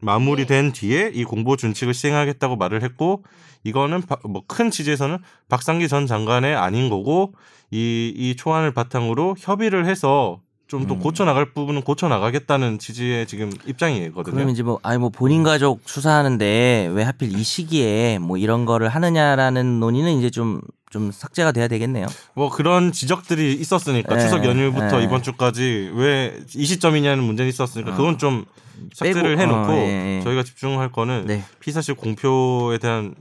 마무리된 뒤에 이 공보 준칙을 시행하겠다고 말을 했고 이거는 뭐 큰 취지에서는 박상기 전 장관의 아닌 거고 이 이 초안을 바탕으로 협의를 해서 좀 더 고쳐 나갈 부분은 고쳐 나가겠다는 취지의 지금 입장이거든요. 그럼 이제 뭐 아니 뭐 본인 음. 가족 수사하는데 왜 하필 이 시기에 뭐 이런 거를 하느냐라는 논의는 이제 좀 좀 삭제가 돼야 되겠네요. 뭐 그런 지적들이 있었으니까 예, 추석 연휴부터 예. 어. 이번 주까지 왜 이 시점이냐는 문제는 있었으니까 그건 좀 삭제를 빼고, 해놓고 어, 예, 예. 저희가 집중할 거는 [laughs] 네. 피사실 공표에 대한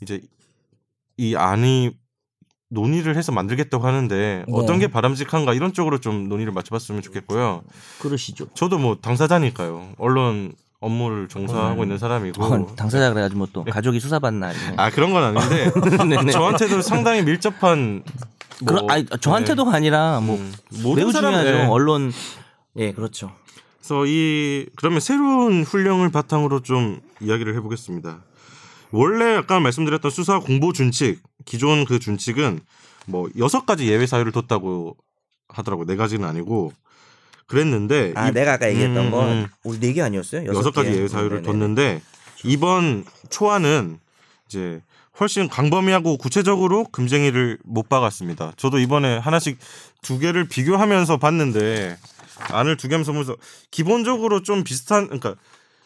이제 이 안이 논의를 해서 만들겠다고 하는데 네. 어떤 게 바람직한가 이런 쪽으로 좀 논의를 맞춰봤으면 좋겠고요. 그러시죠. 저도 뭐 당사자니까요. 언론 업무를 종사하고 있는 사람이고 어, 당사자 그래가지고 뭐또 가족이 수사받나. 이러면. 네. 아 그런 건 아닌데 [laughs] 네, 네. 저한테도 상당히 밀접한 그러, 뭐, 아니 저한테도가 아니라 네. 뭐 음, 매우 사람, 중요하죠. 네. 언론. 예, 그렇죠. 그래서 이 그러면 새로운 훈령을 바탕으로 좀 이야기를 해보겠습니다. 원래 아까 말씀드렸던 수사 공보 준칙 기존 그 준칙은 뭐 여섯 가지 예외 사유를 뒀다고 하더라고 요네 가지는 아니고 그랬는데 이 내가 아까 네 얘기했던 음, 건 음. 우리 네개 네, 아니었어요? 여섯 가지 예외 사유를 뒀는데 이번 초안은 이제 훨씬 광범위하고 구체적으로 금쟁이를 못 박았습니다. 저도 이번에 하나씩 두 개를 비교하면서 봤는데 안을 두 개면서 보면서 기본적으로 좀 비슷한 그러니까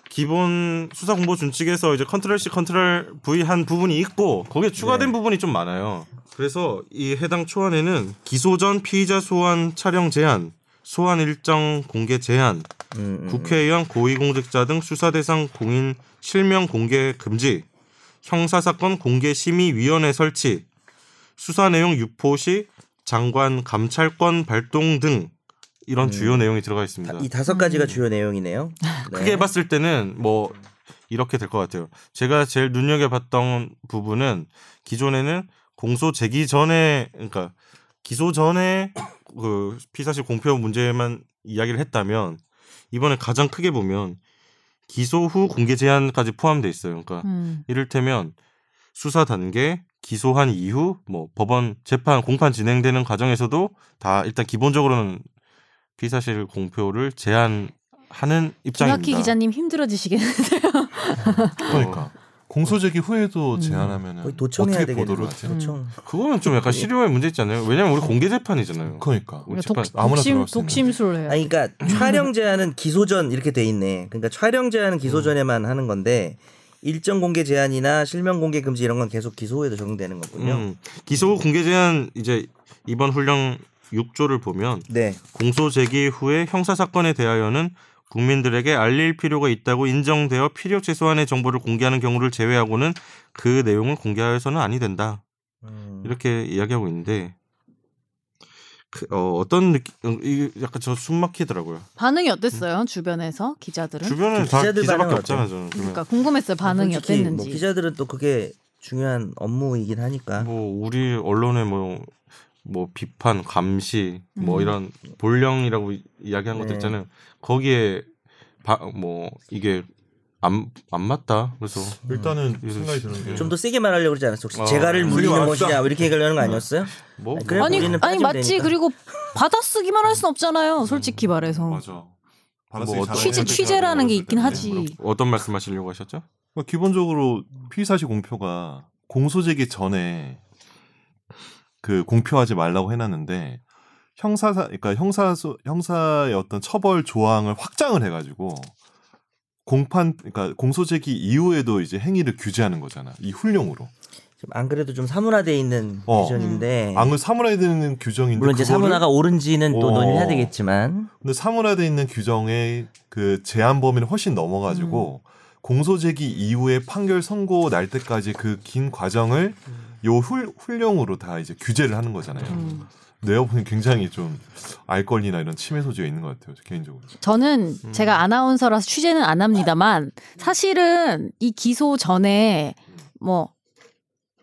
기본 수사 공보 준칙에서 이제 컨트롤 C 컨트롤 V 한 부분이 있고 거기에 추가된 부분이 좀 많아요. 그래서 이 해당 초안에는 기소 전 피의자 소환 촬영 제한, 소환 일정 공개 제한, 음, 국회의원 고위공직자 등 수사 대상 공인 실명 공개 금지, 형사 사건 공개 심의 위원회 설치, 수사 내용 유포 시 장관 감찰권 발동 등 이런 주요 내용이 들어가 있습니다. 다섯 가지가 주요 내용이네요. 음. 크게 봤을 때는 뭐 이렇게 될 것 같아요. 제가 제일 눈여겨봤던 부분은 기존에는 공소 제기 전에 그러니까 [coughs] 기소 전에 그 피사실 공표 문제만 이야기를 했다면 이번에 가장 크게 보면 기소 후 공개 제한까지 포함돼 있어요. 그러니까 음. 이를테면 수사 단계, 기소한 이후 뭐 법원 재판 공판 진행되는 과정에서도 다 일단 기본적으로는 피의사실 공표를 제한하는 김학희 입장입니다. 기자님 힘들어지시겠는데요. 그러니까 공소 제기 후에도 음. 제안하면 거의 은 도청해야 어떻게 되겠네요. 보도를 하지? 음. 도청. 그거는 좀 약간 실효의 문제 있지 않아요? 왜냐면 우리 공개 재판이잖아요. 그러니까 음. 우리 독, 집안 아무나 독심 들어갈 수 있는. 독심술을 해요. 아니 그러니까 촬영 제한은 기소 전 이렇게 돼 있네. 그러니까 촬영 제한은 기소 전에만 하는 건데 일정 공개 제한이나 실명 공개 금지 이런 건 계속 기소 후에도 적용되는 거군요. 음, 기소 후 공개 제한 이제 이번 훈령 6조를 보면 네. 공소 제기 후에 형사 사건에 대하여는 국민들에게 알릴 필요가 있다고 인정되어 필요 최소한의 정보를 공개하는 경우를 제외하고는 그 내용을 공개하여서는 아니 된다 음. 이렇게 이야기하고 있는데 그, 어, 어떤 느낌 어, 이게 약간 저 숨 막히더라고요 반응이 어땠어요? 주변에서 기자들은? 주변에 다 기자들 기자밖에 반응은 없잖아요 저는 그러면. 그러니까 궁금했어요. 반응이 솔직히 어땠는지. 뭐 기자들은 또 그게 중요한 업무이긴 하니까. 뭐 우리 언론의 뭐, 뭐 비판, 감시, 뭐 음. 이런 본령이라고 이- 이야기한 것도 네. 있잖아요. 거기에 바, 뭐 이게 안, 안 맞다. 그래서 일단은 음. 생각이 드는 게 좀 더 세게 말하려고 그러지 않았어? 혹시 어, 제갈을 음. 물리는 물리면 것이냐 압사. 이렇게 음. 얘기하려는 거 아니었어요? 뭐 아니, 그래, 뭐- 아니 우리는 아니 빠지면 맞지 되니까. 그리고 받아쓰기만 할 순 없잖아요. 솔직히 말해서 맞아. 뭐 어떤- 취재 취재라는 게 음. 있긴 하지. 어떤 말씀하시려고 하셨죠? 그러니까 기본적으로 피의사실 공표가 공소제기 전에 그 공표하지 말라고 해놨는데 형사 그러니까 형사 형사의 어떤 처벌 조항을 확장을 해가지고 공판 그러니까 공소제기 이후에도 이제 행위를 규제하는 거잖아 이 훈령으로 지금 안 그래도 좀 사문화돼 있는 어. 규정인데 암을 사물화에 되는 규정인데 네. 물론 이제 그거를- 사문화가 옳은지는 또 어. 논의해야 되겠지만 근데 사물화돼 있는 규정의 그 제한 범위를 훨씬 넘어가지고 음. 공소제기 이후에 판결 선고 날 때까지 그 긴 과정을 음. 요 훌, 훈령으로 다 이제 규제를 하는 거잖아요. 음. 내가 보니 굉장히 좀 알권리나 이런 침해 소지가 있는 것 같아요. 저 개인적으로. 저는 음. 제가 아나운서라서 취재는 안 합니다만 사실은 이 기소 전에 뭐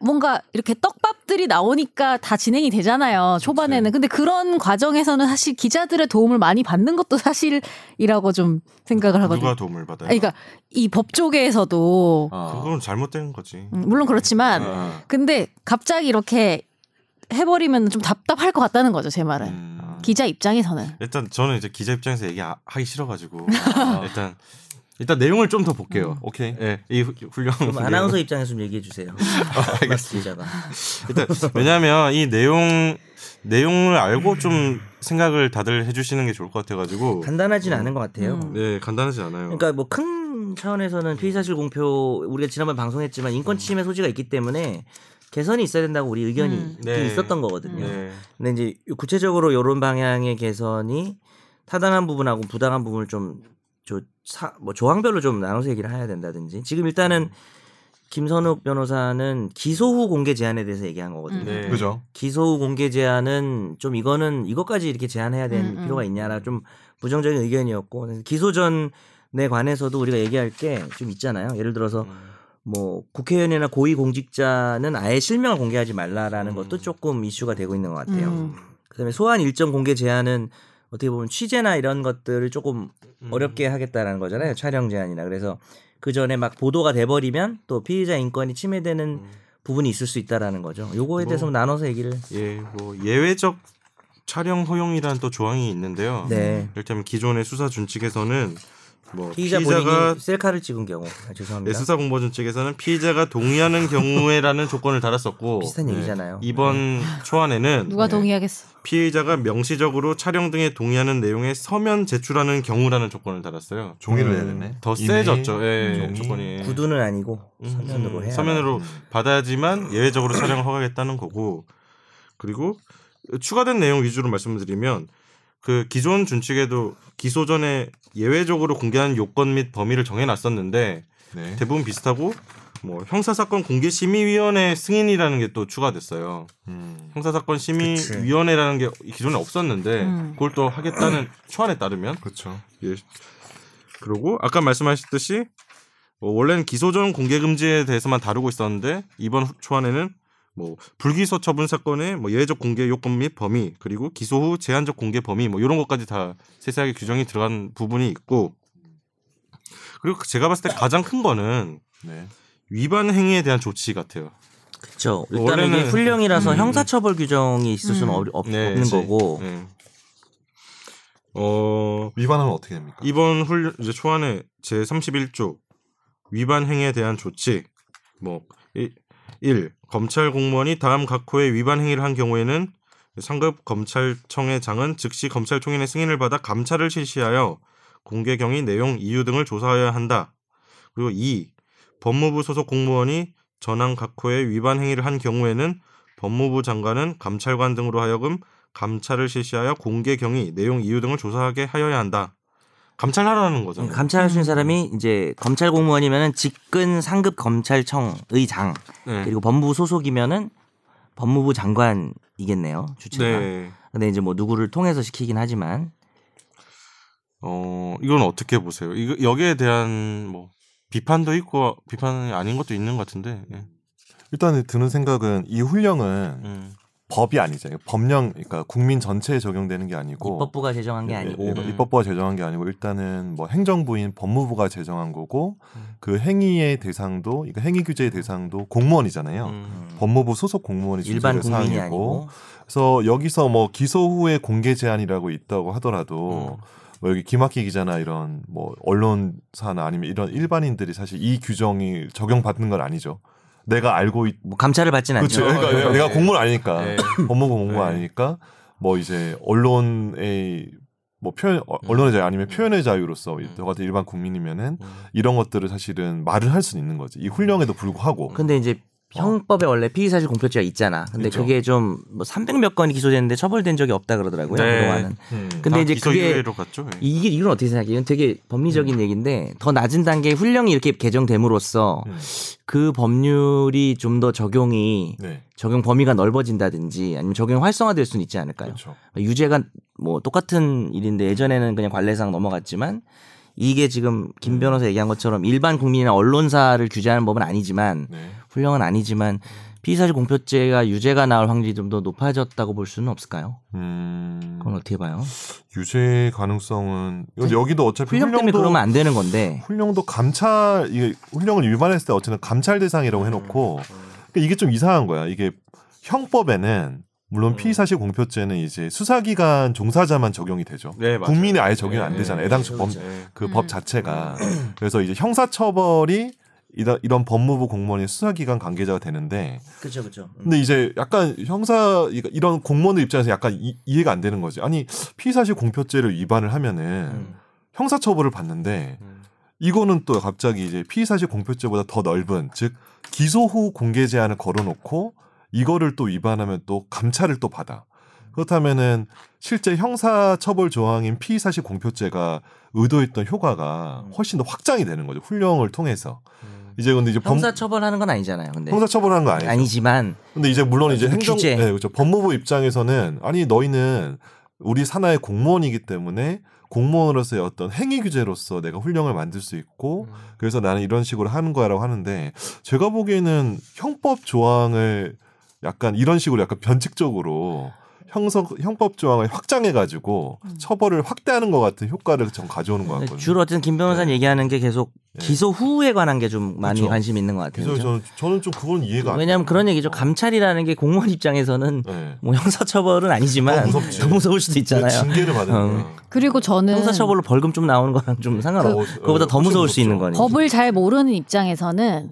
뭔가 이렇게 떡밥들이 나오니까 다 진행이 되잖아요. 초반에는. 근데 그런 과정에서는 사실 기자들의 도움을 많이 받는 것도 사실이라고 좀 생각을 하거든요. 누가 도움을 받아요? 아. 아니, 그러니까 이 법조계에서도 그건 잘못된 거지. 음, 물론 그렇지만 아. 근데 갑자기 이렇게 해버리면 좀 답답할 것 같다는 거죠 제 말은 음. 기자 입장에서는 일단 저는 이제 기자 입장에서 얘기하기 [laughs] 싫어가지고 아. 일단 일단 내용을 좀 더 볼게요. 오케이. 예, 이 훌- 훌륭한 음, 그럼 분이요. 아나운서 입장에서 좀 얘기해 주세요. [laughs] 알겠습니다. 일단 왜냐하면 이 내용 내용을 알고 좀 생각을 다들 해주시는 게 좋을 것 같아가지고 음. 간단하진 않은 것 같아요. 음. 네 간단하지 않아요. 그러니까 뭐 큰 차원에서는 피의사실 공표 우리가 지난번 방송했지만 음. 인권 침해 소지가 있기 때문에 개선이 있어야 된다고 우리 의견이 음. 네. 있었던 거거든요. 네. 근데 이제 구체적으로 이런 방향의 개선이 타당한 부분하고 부당한 부분을 좀저뭐 조항별로 좀 나눠서 얘기를 해야 된다든지 지금 음. 일단은 김선욱 변호사는 기소 후 공개 제한에 대해서 얘기한 거거든요. 네. 그죠. 기소 후 공개 제한은 좀 이거는 이것까지 이렇게 제한해야 될 음, 음. 필요가 있냐라 좀 부정적인 의견이었고 그래서 기소 전에 관해서도 우리가 얘기할 게 좀 있잖아요. 예를 들어서 뭐 국회의원이나 고위 공직자는 아예 실명을 공개하지 말라라는 음. 것도 조금 이슈가 되고 있는 것 같아요. 음. 그다음에 소환 일정 공개 제한은 어떻게 보면 취재나 이런 것들을 조금 음. 음. 어렵게 하겠다라는 거잖아요. 촬영 제한이나 그래서 그 전에 막 보도가 돼버리면 또 피의자 인권이 침해되는 부분이 있을 수 있다라는 거죠. 요거에 음. 뭐. 대해서 나눠서 얘기를 예, 뭐 예외적 촬영 허용이라는 또 조항이 있는데요. 네. 일단 기존의 수사 준칙에서는 뭐 피의자 피의자가 본인이 셀카를 찍은 경우 아, 죄송합니다. 네, 수사 공보 준칙에서는 피의자가 [laughs] 동의하는 경우에라는 조건을 달았었고 네, 비슷한 얘기잖아요. 네. 이번 초안에는 누가 네, 동의하겠어 피해자가 명시적으로 촬영 등에 동의하는 내용에 서면 제출하는 경우라는 조건을 달았어요. 종이를 음. 해야 되네. 더 이메일, 세졌죠. 예, 종이. 조건이. 구두는 아니고 음, 서면으로 음, 해야 음. 서면으로 받아야지만 예외적으로 촬영을 허가하겠다는 거고 그리고 추가된 내용 위주로 말씀드리면 그 기존 준칙에도 기소 전에 예외적으로 공개하는 요건 및 범위를 정해놨었는데 네. 대부분 비슷하고 뭐 형사사건 공개심의위원회 승인이라는 게 또 추가됐어요. 음. 형사사건 심의위원회라는 게 기존에 없었는데 음. 그걸 또 하겠다는 초안에 따르면 그렇죠. 예. 그리고 아까 뭐 말씀하셨듯이 어, 원래는 기소 전 공개 금지에 대해서만 다루고 있었는데 이번 후- 초안에는 뭐 불기소 처분 사건의 뭐 예외적 공개 요건 및 범위 그리고 기소 후 제한적 공개 범위 뭐 이런 것까지 다 세세하게 규정이 들어간 부분이 있고 그리고 제가 봤을 때 가장 큰 거는 네. 위반 행위에 대한 조치 같아요. 그렇죠. 일단 은 원래는- 이게 훈령이라서 음. 형사처벌 규정이 있을 수는 음. 없- 없, 네, 는 그치. 거고 음, 네. 어 위반하면 어떻게 됩니까? 이번 훈련 이제 초안에 제 31조 위반 행위에 대한 조치 뭐 1. 검찰 공무원이 다음 각 호의 위반 행위를 한 경우에는 상급 검찰청의 장은 즉시 검찰총인의 승인을 받아 감찰을 실시하여 공개 경위 내용 이유 등을 조사해야 한다. 그리고 2. 법무부 소속 공무원이 전항 각 호의 위반 행위를 한 경우에는 법무부 장관은 감찰관 등으로 하여금 감찰을 실시하여 공개 경위 내용 이유 등을 조사하게 하여야 한다. 감찰하라는 거죠. 음, 감찰할 수 있는 사람이 이제 검찰 공무원이면은 직근 상급 검찰청의 장 네. 그리고 법무부 소속이면은 법무부 장관이겠네요 주체가. 네. 근데 이제 뭐 누구를 통해서 시키긴 하지만 어 이건 어떻게 보세요? 이거 여기에 대한 뭐 비판도 있고 비판이 아닌 것도 있는 것 같은데. 예. 일단 드는 생각은 이 훈령은 음. 법이 아니잖아요. 법령, 그러니까 국민 전체에 적용되는 게 뭐. 아니고 입법부가 제정한 예, 게 아니고 음. 법부가 제정한 게 아니고 일단은 뭐 행정부인 법무부가 제정한 거고 그 행위의 대상도 그러니까 행위 규제의 대상도 공무원이잖아요. 음. 법무부 소속 공무원이 일반 준수될 국민이 사항이고. 아니고 그래서 여기서 뭐 기소 후에 공개 제한이라고 있다고 음. 하더라도 뭐 여기 김학기 기자나 이런 뭐 언론사나 아니면 이런 일반인들이 사실 이 규정이 적용받는 건 아니죠. 내가 알고 있 뭐 감찰을 받진 그렇죠. 않죠. 그러니까 내가, 내가 네. 공무원 아니니까 네. [laughs] 법무부 공무원 네. 아니니까 뭐 이제 언론의 뭐 표현 어, 음. 언론의 자유 아니면 표현의 자유로서 저 같은 일반 국민이면은 음. 이런 것들을 사실은 말을 할 수는 있는 거지. 이 훈령에도 불구하고 음. 근데 이제 형법에 원래 E 피의사실 공표죄가 있잖아. 근데 어. 그렇죠. 그게 좀300몇 건이 기소됐는데 처벌된 적이 없다 그러더라고요. 네. 그동안은. 음. 다 근데 이제 기소 그게 유예로 갔죠. 예. 이게 이건 어떻게 생각해? 이건 되게 음. 법리적인 얘기인데 더 낮은 단계의 훈령이 이렇게 개정됨으로써 음. 그 법률이 좀 더 적용이 네. 적용 범위가 넓어진다든지 아니면 적용 활성화될 수는 있지 않을까요? 그렇죠. 유죄가 뭐 똑같은 일인데 예전에는 그냥 관례상 넘어갔지만 이게 지금 음. 김 변호사 얘기한 것처럼 일반 국민이나 언론사를 규제하는 법은 아니지만 네. 훈령은 아니지만 피의사실 공표죄가 유죄가 나올 확률이 좀 더 높아졌다고 볼 수는 없을까요? 음. 그건 어떻게 봐요? 유죄 가능성은 이건 여기도 어차피 훈령 때문에 훈령도 그러면 안 되는 건데 훈령도 감찰 이게 훈령을 위반했을 때 어쨌든 감찰 음. 대상이라고 해놓고 그러니까 이게 좀 이상한 거야. 이게 형법에는 음. 물론 피의사실 공표죄는 이제 수사기관 종사자만 적용이 되죠. 네, 맞아요. 국민이 아예 적용이 안 네, 되잖아요. 네, 애당초 그렇죠. 네. 법 음. 그법 자체가 그래서 이제 형사처벌이 이런, 이런 법무부 공무원이 수사기관 관계자가 되는데 그렇죠 그렇죠 근데 이제 약간 형사 이거- 이런 공무원들 입장에서 약간 이, 이해가 안 되는 거지. 아니 피의사실 공표죄를 위반을 하면은 음. 형사처벌을 받는데 음. 이거는 또 갑자기 이제 피의사실 공표죄보다 더 넓은 즉 기소 후 공개 제한을 걸어놓고 이거를 또 위반하면 또 감찰을 또 받아 그렇다면은 실제 형사처벌 조항인 피의사실 공표죄가 의도했던 효과가 훨씬 더 확장이 되는 거죠 훈령을 통해서 음. 이제 근데 이제 범- 형사처벌하는 네. 건 아니잖아요 근데 형사처벌한 거 아니죠 아니지만 근데 이제 물론 이제 행정 어, 규제. 네, 그렇죠. 법무부 입장에서는 아니 너희는 우리 산하의 공무원이기 때문에 공무원으로서의 어떤 행위 규제로서 내가 훈령을 만들 수 있고 음. 그래서 나는 이런 식으로 하는 거야라고 하는데 제가 보기에는 형법 조항을 약간 이런 식으로 약간 변칙적으로 형성 형법 조항을 확장해 가지고 음. 처벌을 확대하는 것 같은 효과를 좀 가져오는 네, 것 같거든요. 주로 어쨌든 김 변호사님 얘기하는 게 계속 네. 기소 후에 관한 게 좀 많이 그렇죠. 관심이 있는 것 같아요. 그래서 그죠? 저는 저는 좀 그건 이해가 안 왜냐하면 그런 얘기죠. 감찰이라는 게 공무원 입장에서는 네. 뭐 형사처벌은 아니지만 더 무섭지. 더 무서울 수도 있잖아요. 징계를 받는 어. 거예요. 그리고 저는 형사처벌로 벌금 좀 나오는 거랑 좀 상관없고 어, 그거보다 더 훨씬 무서울 수 있는 거니까. 무섭죠. 법을 잘 모르는 입장에서는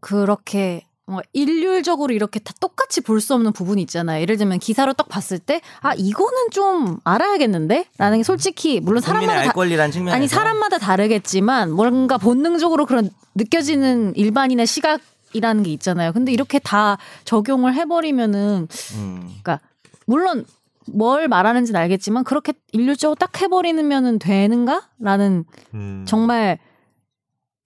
그렇게 뭔가 일률적으로 이렇게 다 똑같이 볼 수 없는 부분이 있잖아요. 예를 들면 기사로 딱 봤을 때 아 이거는 좀 알아야겠는데 라는 게 솔직히 물론 국민의 사람마다 알 다, 권리라는 측면에서 아니 사람마다 다르겠지만 뭔가 본능적으로 그런 느껴지는 일반인의 시각이라는 게 있잖아요. 근데 이렇게 다 적용을 해버리면은 음. 그러니까 물론 뭘 말하는지는 알겠지만 그렇게 음. 일률적으로 딱 해버리면은 되는가라는 음. 정말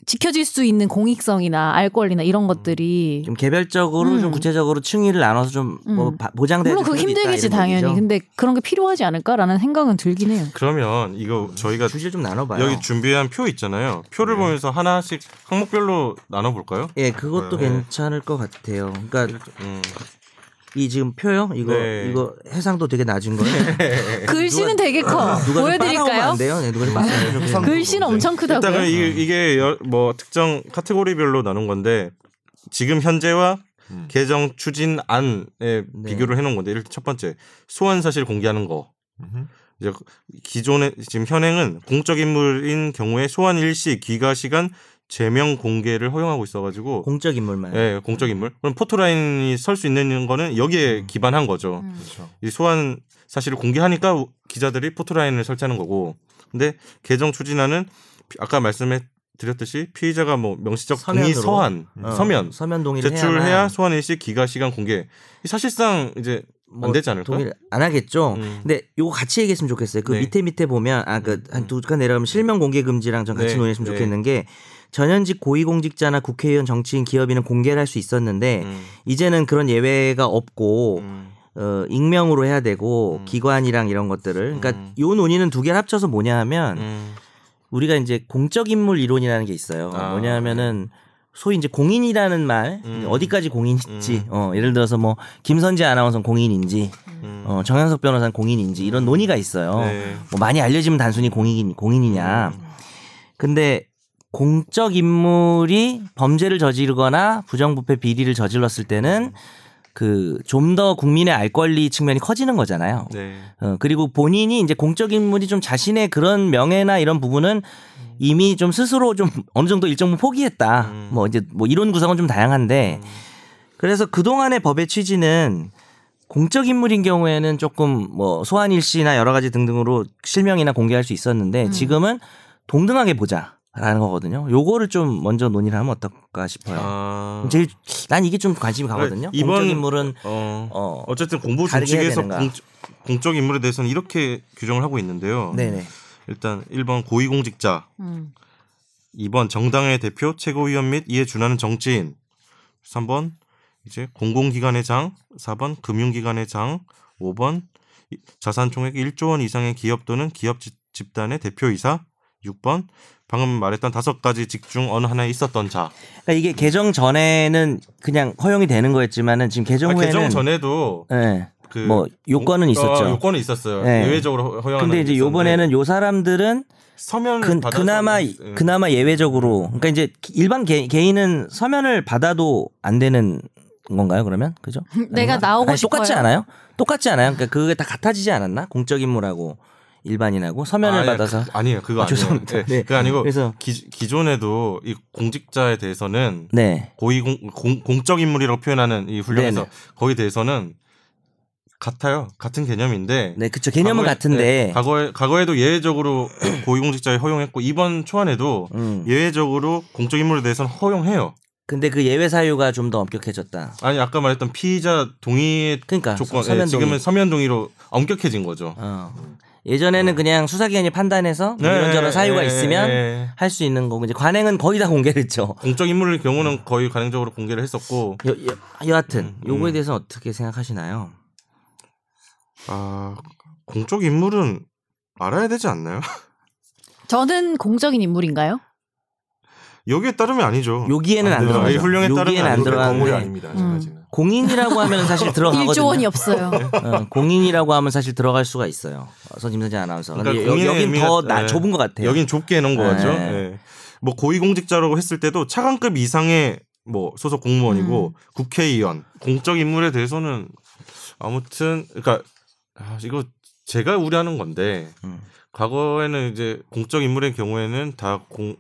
지켜질 수 있는 공익성이나 알 권리나 이런 것들이 음. 좀 개별적으로 좀 음. 구체적으로 층위를 나눠서 좀 뭐 음. 보장되는 물론 그거 힘들겠지 당연히 근데 그런 게 필요하지 않을까라는 생각은 들긴 [laughs] 해요. 그러면 이거 음. 저희가 주제를 좀 나눠봐요. 그러니까 네. 여기 준비한 표 있잖아요. 표를 보면서 하나씩 항목별로 나눠볼까요? 예, 그것도 네. 괜찮을 것 같아요. 그러니까 음. 이 지금 표요? 이거 네. 이거 해상도 되게 낮은 [laughs] 거예요. 글씨는 되게 커. 누가 좀 빨아오면 보여드릴까요? 안 돼요? 네, 누가 좀 빨아오면 안 돼요. 글씨는 엄청 크다고요. 일단은 음. 이, 이게 여- 뭐 특정 카테고리별로 나눈 건데 지금 현재와 음. 개정 추진안에 네. 비교를 해놓은 건데 일단 첫 번째 소환 사실 공개하는 거 음흠. 이제 기존에 지금 현행은 공적 인물인 경우에 소환 일시 귀가 시간 제명 공개를 허용하고 있어가지고 공적 인물만. 예 공적 인물 그럼 포토라인이 설 수 있는 거는 여기에 기반한 거죠. 음. 그렇죠. 이 소환 사실을 공개하니까 우- 기자들이 포토라인을 설치하는 거고 근데 개정 추진안은 피- 아까 말씀해 드렸듯이 피의자가 뭐 명시적 동의 서면으로. 서한 어, 서면 서면 동의를 제출해야 해야만 소환 일시 기가 시간 공개 이 사실상 이제 뭐 안 되지 않을까? 동의를 안 하겠죠. 음. 근데 요거 같이 얘기했으면 좋겠어요. 그 네. 음. 밑에 밑에 보면 아 그 한 두 칸 내려가면 실명 공개 금지랑 좀 같이 네, 논의했으면 네. 좋겠는 게 전현직 고위공직자나 국회의원, 정치인, 기업인은 공개를 할 수 있었는데 음, 이제는 그런 예외가 없고 음. 어, 익명으로 해야 되고 음. 기관이랑 기관이랑 이런 것들을 그러니까 음. 요 논의는 두 개를 합쳐서 뭐냐 하면 음. 우리가 이제 공적 인물 이론이라는 게 있어요. 아, 뭐냐 하면은 소위 이제 공인이라는 말 음. 어디까지 공인인지 음. 어, 예를 들어서 뭐 김선재 아나운서는 공인인지 음. 어, 정현석 변호사는 공인인지 이런 논의가 있어요. 네. 뭐 많이 알려지면 단순히 공인 공인이냐. 근데 공적 인물이 범죄를 저지르거나 부정부패 비리를 저질렀을 때는 그 좀 더 국민의 알 권리 측면이 커지는 거잖아요. 네. 어, 그리고 본인이 이제 공적 인물이 좀 자신의 그런 명예나 이런 부분은 이미 좀 스스로 좀 어느 정도 일정 부분 포기했다. 음. 뭐 이제 뭐 이론 구성은 좀 다양한데 그래서 그동안의 법의 취지는 공적 인물인 경우에는 조금 뭐 소환 일시나 여러 가지 등등으로 실명이나 공개할 수 있었는데 음. 지금은 동등하게 보자라는 거거든요. 요거를 좀 먼저 논의를 하면 어떨까 싶어요. 아, 제일 난 이게 좀 관심이 가거든요. 이번- 공적 인물은 어, 어 어쨌든 공보 다르게 해야 준칙에서 되는가. 공적, 공적 인물에 대해서는 이렇게 규정을 하고 있는데요. 네네 일단 1번 고위공직자, 음. 2번 정당의 대표, 최고위원 및 이에 준하는 정치인. 3번 이제 공공기관의 장, 4번 금융기관의 장, 5번 이- 자산 총액 1조 원 이상의 기업 또는 기업 집- 집단의 대표이사, 6번 방금 말했던 다섯 가지 직중 어느 하나에 있었던 자. 그러니까 이게 개정 전에는 그냥 허용이 되는 거였지만은 지금 개정 아, 후에는 개정 전에도 예, 그 뭐 요건은 어, 있었죠. 요건은 있었어요. 네. 예외적으로 허- 허용하는 근데 이제 게 있었는데 요번에는 요 사람들은 서면 예. 그, 그나마 그나마 예외적으로 그러니까 이제 일반 개, 개인은 서면을 받아도 안 되는 건가요 그러면 그죠? 음. [laughs] 내가 나오고 아니, 똑같지 싶어요. 않아요? 똑같지 않아요? 그러니까 그게 다 같아지지 않았나? 공적 인물하고 일반인하고 서면을 예, 받아서 아니에요. 예, 그거 아, 아니에요. 죄송합니다. 예, 네. 그거 아니고 그래서 기, 기존에도 이 공직자에 대해서는 네 고위 공, 공, 공적 인물이라고 표현하는 이 훈련에서 네네. 거기에 대해서는 같아요. 같은 개념인데 네, 그쵸. 개념은 과거에- 같은데. 네, 과거에 과거에도 예외적으로 [coughs] 고위공직자에 허용했고 이번 초안에도 음. 예외적으로 공적 인물에 대해서는 허용해요. 근데 그 예외 사유가 좀 더 엄격해졌다. 아니 아까 말했던 피의자 동의의 그러니까 조건 예, 서면 지금은 동의. 서면 동의로 엄격해진 거죠. 어. 예전에는 그냥 수사기관이 판단해서 뭐 네, 아, 이런저런 사유가 예, 있으면 예. 할 수 있는 거고 이제 관행은 거의 다 공개를 했죠. 공적 인물의 경우는 거의 가능적으로 공개를 했었고 여, 여, 여하튼 음, 음. 요거에 대해서 어떻게 생각하시나요? 아 공적 인물은 알아야 되지 않나요? [laughs] 저는 공적인 인물인가요? 여기에 따르면 아니죠. 여기에는 안 안 아, 들어가요. 들어가요. 이 훈령에 따르면 여기에는 안 안 들어가요. 건물이 들어가는데 아닙니다. 음. 아직까지는. 공인이라고 [laughs] 하면 사실 1조 원이 들어가거든요. [laughs] 없어요. 어, 공인이라고 하면 사실 들어갈 수가 있어요. 어, 선임선재 아나운서. 근데 그러니까 공인의 여, 긴 의미가- 더 나, 예. 좁은 것 같아요. 여긴 좁게 해놓은 네. 거죠. 예. 뭐 고위공직자라고 했을 때도 차관급 이상의 뭐 소속 공무원이고 음. 국회의원 공적 인물에 대해서는 아무튼 그러니까 아, 이거 제가 우려하는 건데 음. 과거에는 이제 공적 인물의 경우에는 다 공,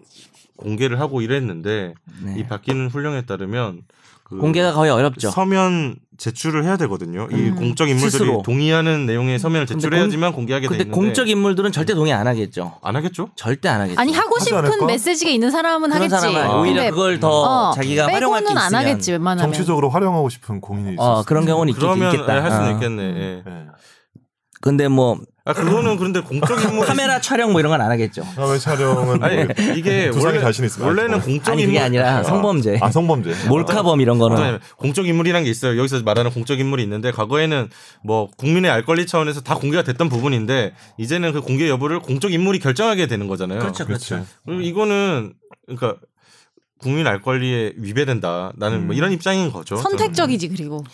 공개를 하고 이랬는데 네. 이그 바뀌는 훈령에 따르면 그 공개가 거의 어렵죠. 서면 제출을 해야 되거든요. 이 음. 공적 인물들이 스스로. 동의하는 내용의 서면을 근데 제출해야지만 공개하게 돼 근데 있는데 공적 인물들은 절대 동의 안 하겠죠. 안 하겠죠? 절대 안 하겠죠. 아니 하고 하지 싶은 않을까? 메시지가 있는 사람은 그런 하겠지. 사람은 아. 오히려 근데, 그걸 더 어, 자기가 활용할 게 빼고는 있으면 안 하겠지 웬만하면. 정치적으로 활용하고 싶은 공인이 네. 있었어. 네, 예, 어, 그런 경우는 있, 그러면 겠다 할 수는 있겠네. 예. 네. 근데 뭐 아 그거는 그런데 공적 인물 카메라 촬영 뭐 이런 건 안 하겠죠. 다음에 [laughs] 촬영은 아니 뭐 이게 [laughs] 두상이 원래, 자신 있으면 원래는 하지 공적 아니 그게 인물 아니라 성범죄, 아 성범죄 네. 몰카범 이런 거는 아니, 공적 인물이라는 게 있어요. 여기서 말하는 공적 인물이 있는데 과거에는 뭐 국민의 알 권리 차원에서 다 공개가 됐던 부분인데 이제는 그 공개 여부를 공적 인물이 결정하게 되는 거잖아요. 그렇죠, 그렇죠. 그리고 이거는 그러니까 국민 알 권리에 위배된다. 나는 음. 뭐 이런 입장인 거죠. 선택적이지 그리고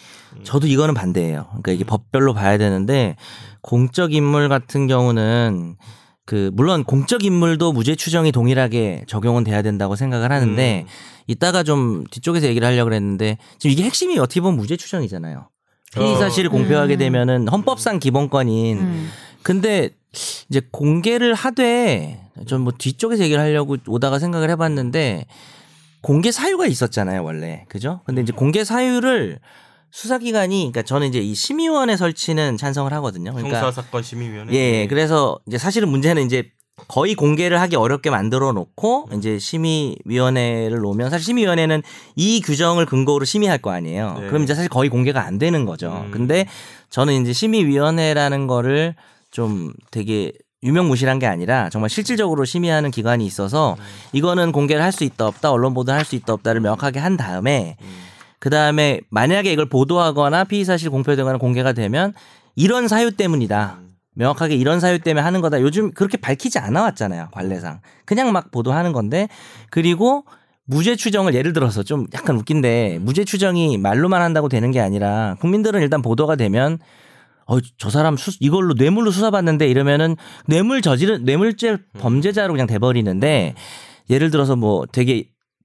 저도 이거는 반대예요. 그러니까 이게 법별로 봐야 되는데 공적 인물 같은 경우는 그 물론 공적 인물도 무죄 추정이 동일하게 적용은 돼야 된다고 생각을 음. 음. 하는데 이따가 좀 뒤쪽에서 얘기를 하려고 그랬는데 지금 이게 핵심이 어떻게 보면 무죄 추정이잖아요. 피의 어. 사실을 공표하게 음. 되면은 헌법상 기본권인 음. 근데 이제 공개를 하되 전 뭐 뒤쪽에서 얘기를 하려고 오다가 생각을 해봤는데 공개 사유가 있었잖아요 원래 그죠? 근데 이제 공개 사유를 수사기관이 그러니까 저는 이제 이 심의위원회 설치는 찬성을 하거든요. 저는. 그러니까 형사 사건 심의위원회. 예, 그래서 이제 사실은 문제는 이제 거의 공개를 하기 어렵게 만들어 놓고 이제 심의위원회를 놓으면 사실 심의위원회는 이 규정을 근거로 심의할 거 아니에요. 네. 그럼 이제 사실 거의 공개가 안 되는 거죠. 음. 근데 저는 이제 심의위원회라는 거를 좀 되게 유명무실한 게 아니라 정말 실질적으로 심의하는 기관이 있어서 음. 이거는 공개를 할 수 있다 없다 언론 보도 할 수 있다 없다를 명확하게 한 다음에 그 다음에 만약에 이걸 보도하거나 피의 사실 공표되거나 공개가 되면 이런 사유 때문이다. 명확하게 이런 사유 때문에 하는 거다. 요즘 그렇게 밝히지 않아왔잖아요. 관례상 그냥 막 보도하는 건데 그리고 무죄 추정을 예를 들어서 좀 약간 웃긴데 무죄 추정이 말로만 한다고 되는 게 아니라 국민들은 일단 보도가 되면 어 저 사람 수, 이걸로 뇌물로 수사받는데 이러면은 뇌물 저지른 뇌물죄 범죄자로 그냥 돼버리는데 예를 들어서 뭐 되게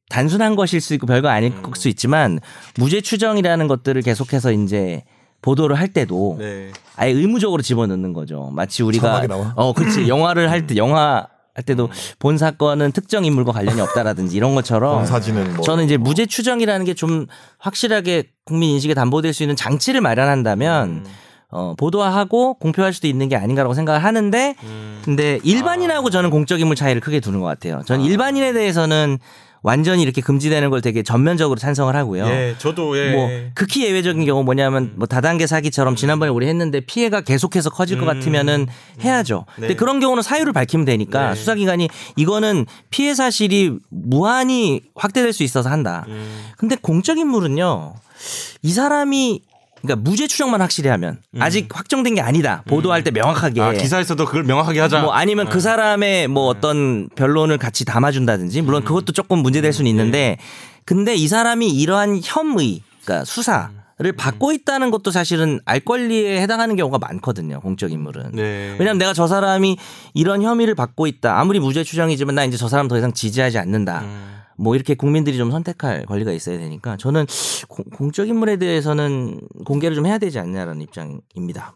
단순한 것일 수 있고 별거 아닐 수 있지만 무죄 추정이라는 것들을 계속해서 이제 보도를 할 때도 네. 아예 의무적으로 집어넣는 거죠. 마치 우리가 자막이 나와? 음. 어, [clears throat] 그렇지. 영화를 할 때 영화 할 때도 본 사건은 특정 인물과 관련이 없다라든지 이런 것처럼 사진은 뭐 저는 이제 무죄 추정이라는 게 좀 확실하게 국민 인식에 담보될 수 있는 장치를 음. 마련한다면 어, 보도하고 공표할 수도 있는 게 아닌가라고 생각을 하는데 음. 근데 아. 일반인하고 저는 공적 인물 차이를 크게 두는 것 같아요. 저는 일반인에 대해서는 완전히 이렇게 금지되는 걸 되게 전면적으로 찬성을 하고요. 예, 저도 예. 음. 뭐 극히 예외적인 경우 뭐냐면 뭐 다단계 사기처럼 지난번에 우리 했는데 피해가 계속해서 커질 것 음. 같으면은 해야죠. 네. 근데 그런 경우는 사유를 밝히면 되니까 네. 수사기관이 이거는 피해 사실이 무한히 확대될 수 있어서 한다. 음. 근데 공적 인물은요 이 사람이 그러니까 무죄 추정만 확실히 하면 아직 확정된 게 아니다. 보도할 때 명확하게 음. 아 기사에서도 그걸 명확하게 하자. 뭐 아니면 네. 그 사람의 뭐 어떤 변론을 같이 담아준다든지 음. 물론 그것도 조금 문제될 수는 있는데 근데 이 사람이 이러한 혐의 그러니까 수사를 음. 받고 있다는 것도 사실은 알 권리에 해당하는 경우가 많거든요 공적 인물은 네. 왜냐면 내가 저 사람이 이런 혐의를 받고 있다 아무리 무죄 추정이지만 나 이제 저 사람 더 이상 지지하지 않는다 음. 뭐 이렇게 국민들이 좀 선택할 권리가 있어야 되니까 저는 공- 공적 인물에 대해서는 공개를 좀 해야 되지 않냐라는 입장입니다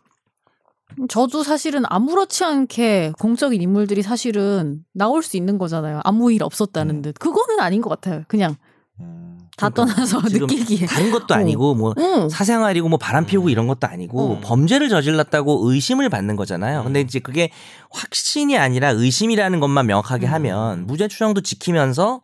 저도 사실은 아무렇지 않게 공적인 인물들이 사실은 나올 수 있는 거잖아요. 아무 일 음. 없었다는 듯. 그거는 아닌 것 같아요. 그냥 음, 다 떠나서 [laughs] 지금 [laughs] 느끼기에. 다른 것도 어. 아니고 뭐 응. 사생활이고 뭐 바람 피우고 이런 것도 아니고 음. 범죄를 저질렀다고 의심을 받는 거잖아요. 음. 근데 이제 그게 확신이 아니라 의심이라는 것만 명확하게 음. 하면 무죄 추정도 지키면서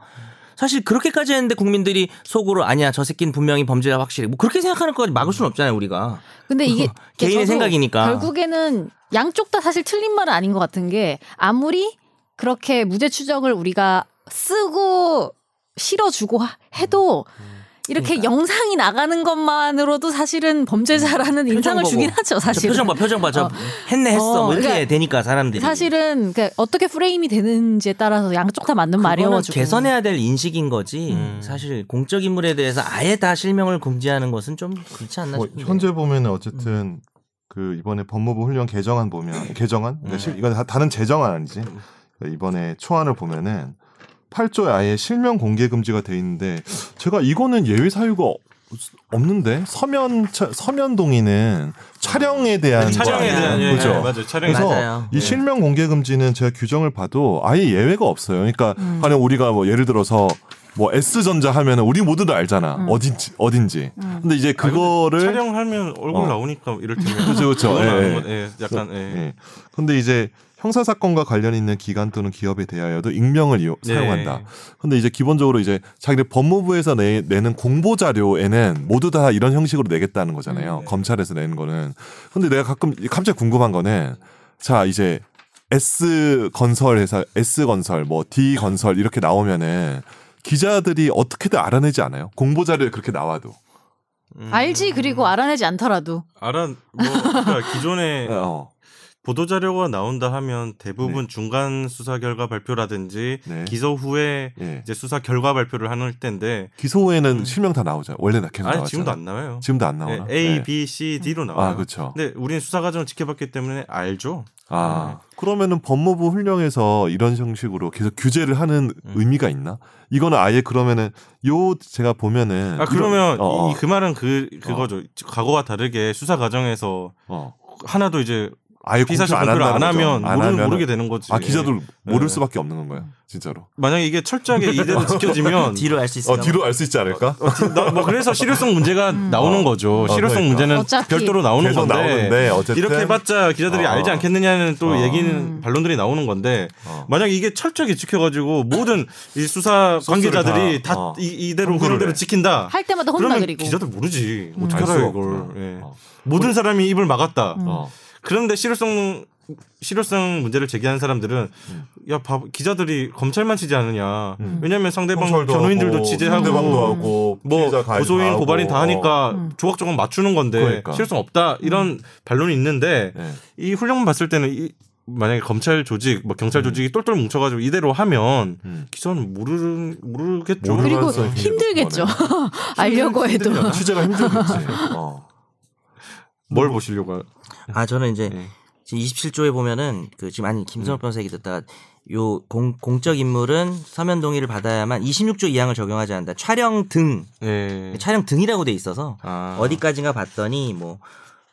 사실 그렇게까지 했는데 국민들이 속으로 아니야 저 새끼는 분명히 범죄자 확실히 뭐 그렇게 생각하는 것까지 막을 수는 없잖아요 우리가 근데 이게 [laughs] 개인의 저도 생각이니까. 결국에는 양쪽 다 사실 틀린 말은 아닌 것 같은 게 아무리 그렇게 무죄 추적을 우리가 쓰고 실어주고 하- 해도 음. 이렇게 영상이 나가는 것만으로도 사실은 범죄자라는 인상을 음. 보고. 주긴 하죠 저 사실. 표정 봐 표정 봐저 어. 했네 했어 어, 뭐 이렇게 그러니까 되니까 네, 사람들이 사실은 그 어떻게 프레임이 되는지에 따라서 양쪽 다 맞는 말이어 그거는 가지 개선해야 될 인식인 거지 음. 사실 공적 인물에 대해서 아예 다 실명을 금지하는 것은 좀 그렇지 않나 음. 뭐 싶은데 현재 보면 어쨌든 그 이번에 법무부 훈련 개정안 음. 보면 개정안 그러니까 실- 이건 다- 다른 제정안 아니지 그러니까 이번에 초안을 보면은 8조에 아예 실명 공개 금지가 돼 있는데 제가 이거는 예외 사유가 없- 없는데 서면 차- 서면 동의는 촬영에 대한 네, 촬영에 거 대한 아니에요? 예, 그죠? 예, 맞아요. 촬영에 대한- 그래서 맞아요. 네. 이 실명 공개 금지는 제가 규정을 봐도 아예 예외가 없어요. 그러니까 음. 가령 우리가 뭐 예를 들어서 뭐 S 전자 하면은 우리 모두 다 알잖아 음. 어딘지 어딘지. 아, 근데 이제 그거를 촬영하면 얼굴 어. 나오니까 이럴 텐데. 그렇죠, 그렇죠. 그건 예, 아닌 예. 것- 예, 약간 예. 예. 근데 이제 형사 사건과 관련 있는 기관 또는 기업에 대하여도 익명을 이용- 네. 사용한다. 근데 이제 기본적으로 이제 자기들 법무부에서 내, 내는 공보 자료에는 모두 다 음, 네. 이런 형식으로 내겠다는 거잖아요. 검찰에서 내는 거는. 근데 내가 가끔 갑자기 궁금한 거는 자 이제 S 건설 회사 S 건설 뭐 D 건설 이렇게 나오면은 기자들이 어떻게든 알아내지 않아요. 공보 자료 그렇게 나와도 음. 알지 그리고 알아내지 않더라도 알아 뭐 그러니까 기존에 어, 보도 자료가 나온다 하면 대부분 중간 수사 결과 발표라든지 네. 기소 후에 예. 이제 수사 결과 발표를 하는 때인데 기소 후에는 음. 실명 다 나오잖아요. 원래 나 계속 아니 나왔잖아요. 지금도 안 나와요. 지금도 안 나오나? 네, A, 네. B, 네. C, D로 나와요. 아 그렇죠. 근데 우리는 수사 과정을 지켜봤기 때문에 알죠. 아 그러면은 법무부 훈령에서 이런 형식으로 계속 규제를 하는 음. 의미가 있나? 이거는 아예 그러면은 요 제가 보면은 아 그러면 이런- 어, 이, 그 말은 그 그거죠. 과거와 다르게 수사 과정에서 어, 어. 하나도 이제 아예 피사실 발표를 공표 안 한다는 거죠. 하면 어, 안 모르, 하면은- 모르게 되는 거지. 아 기자들 모를 네. 수밖에 없는 건가요? 진짜로. 만약에 이게 철저하게 [laughs] 이대로 지켜지면 뒤로 알 수 있을까? 어 뒤로 알 수 있지 않을까? 어, 지- 나- 뭐 그래서 실효성 문제가 나오는 거죠. 어, 실효성 그러니까. 문제는 음. 어차피 별도로 나오는 계속 건데, 나오는데 어쨌든 이렇게 해봤자 기자들이 어. 알지 않겠느냐는 또 어. 음. 얘기는 반론들이 나오는 건데 어. 만약 이게 철저하게 지켜가지고 모든 이 수사 소스를 관계자들이 다, 다, 어. 이, 이대로 함부를 그런대로 해. 지킨다. 할 때마다 혼나 아, 그러면 그리고 기자들 모르지 음. 어떻게 알 알아요 수가 이걸? 없구나. 예. 어. 모든 사람이 입을 막았다. 음. 어. 그런데 실효성 실효성 문제를 제기하는 사람들은 음. 야 바, 기자들이 검찰만 치지 않느냐? 음. 왜냐하면 상대방 경찰도 변호인들도 하고, 취재하고 상대방도 하고 뭐 피해자 가해도 고소인 하고, 고발인 다 하니까 음. 조각조각 맞추는 건데 그러니까. 실효성 없다 이런 반론이 있는데 예. 이 훈령만 봤을 때는 이 만약에 검찰 조직, 뭐 경찰 조직이 똘똘 뭉쳐가지고 이대로 하면 음. 기사는 모르는 모르겠죠. 모르는 그리고 가능성이 굉장히 힘들겠죠 [laughs] 알려고 해도 뭐 힘들죠. 취재가 힘들겠지. 어. 뭘 보시려고? 아 저는 이제 예. 지금 27조에 보면은 그 지금 아니 김선욱 변호사 얘기 듣다가 요 공, 공적 인물은 서면 동의를 받아야만 26조 2항을 적용하지 않는다. 촬영 등 예. 촬영 등이라고 돼 있어서 아. 어디까지인가 봤더니 뭐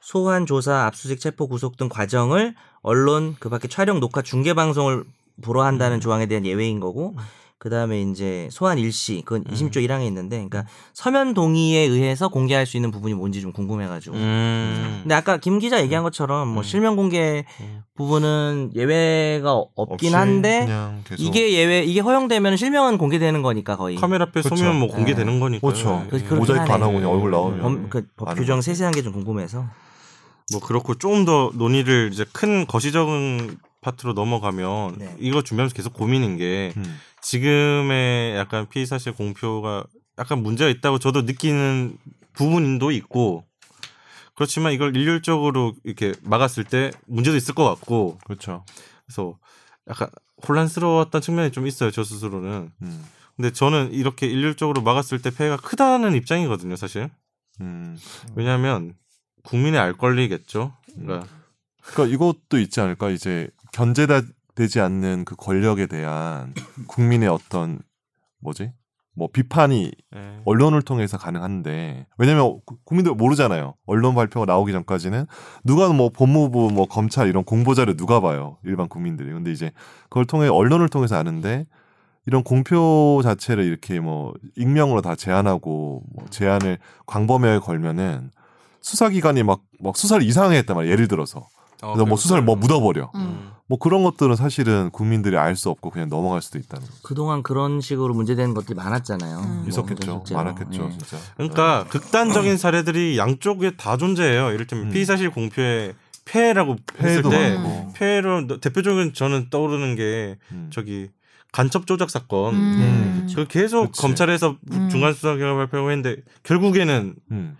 소환 조사 압수수색 체포 구속 등 과정을 언론 그밖에 촬영 녹화 중계 방송을 불허한다는 조항에 대한 예외인 거고 그다음에 이제 소환 일시 그건 20조 1항에 있는데 그러니까 서면 동의에 의해서 공개할 수 있는 부분이 뭔지 좀 궁금해 가지고 음. 근데 아까 김 기자 얘기한 것처럼 뭐 실명 공개 음. 부분은 예외가 어- 없긴 없이 한데 그냥 계속 이게 예외 이게 허용되면 실명은 공개되는 거니까 거의 카메라 앞에 그렇죠. 서면 뭐 공개되는 거니까. 그렇죠. 그- 그렇긴 모자이크 안 하네. 하고 그냥 얼굴 나오면 법, 그, 법 아는 규정 세세한 게 좀 궁금해서 뭐 그렇고 좀 더 논의를 이제 큰 거시적인 파트로 넘어가면 네. 이거 준비하면서 계속 고민인 게 음. 지금의 약간 피의 사실 공표가 약간 문제가 있다고 저도 느끼는 부분도 있고 그렇지만 이걸 일률적으로 이렇게 막았을 때 문제도 있을 것 같고 그렇죠. 그래서 약간 혼란스러웠던 측면이 좀 있어요 저 스스로는 음. 근데 저는 이렇게 일률적으로 막았을 때 폐해가 크다는 입장이거든요 사실 음. 왜냐하면 국민의 알 권리겠죠 그러니까 그러니까 이것도 있지 않을까 이제 견제다 되지 않는 그 권력에 대한 국민의 어떤 뭐지 뭐 비판이 예. 네. 언론을 통해서 가능한데 왜냐면 구- 국민들 모르잖아요. 언론 발표가 나오기 전까지는 누가 뭐 법무부 뭐 검찰 이런 공보자를 누가 봐요 일반 국민들이. 근데 이제 그걸 통해 언론을 통해서 아는데 이런 공표 자체를 이렇게 뭐 익명으로 다 제한하고 뭐 제한을 광범위하게 걸면은 수사기관이 막, 막 수사를 이상하게 했단 말이에요. 예를 들어서. 어, 그래서 뭐 그래요. 수사를 뭐 묻어버려. 음. 뭐 그런 것들은 사실은 국민들이 알 수 없고 그냥 넘어갈 수도 있다는 거. 그동안 그런 식으로 문제되는 것들이 많았잖아요. 음. 뭐 있었겠죠. 네. 문제로. 많았겠죠. 예. 진짜. 그러니까 극단적인 사례들이 양쪽에 다 존재해요. 이를테면 음. 피의사실 공표에 폐해라고 했을 폐해도 때 많고. 폐해로 대표적인 저는 떠오르는 게 음. 저기 간첩 조작 사건. 음. 그 계속 네. 그치. 검찰에서 음. 중간 수사 결과 발표했는데 결국에는 음.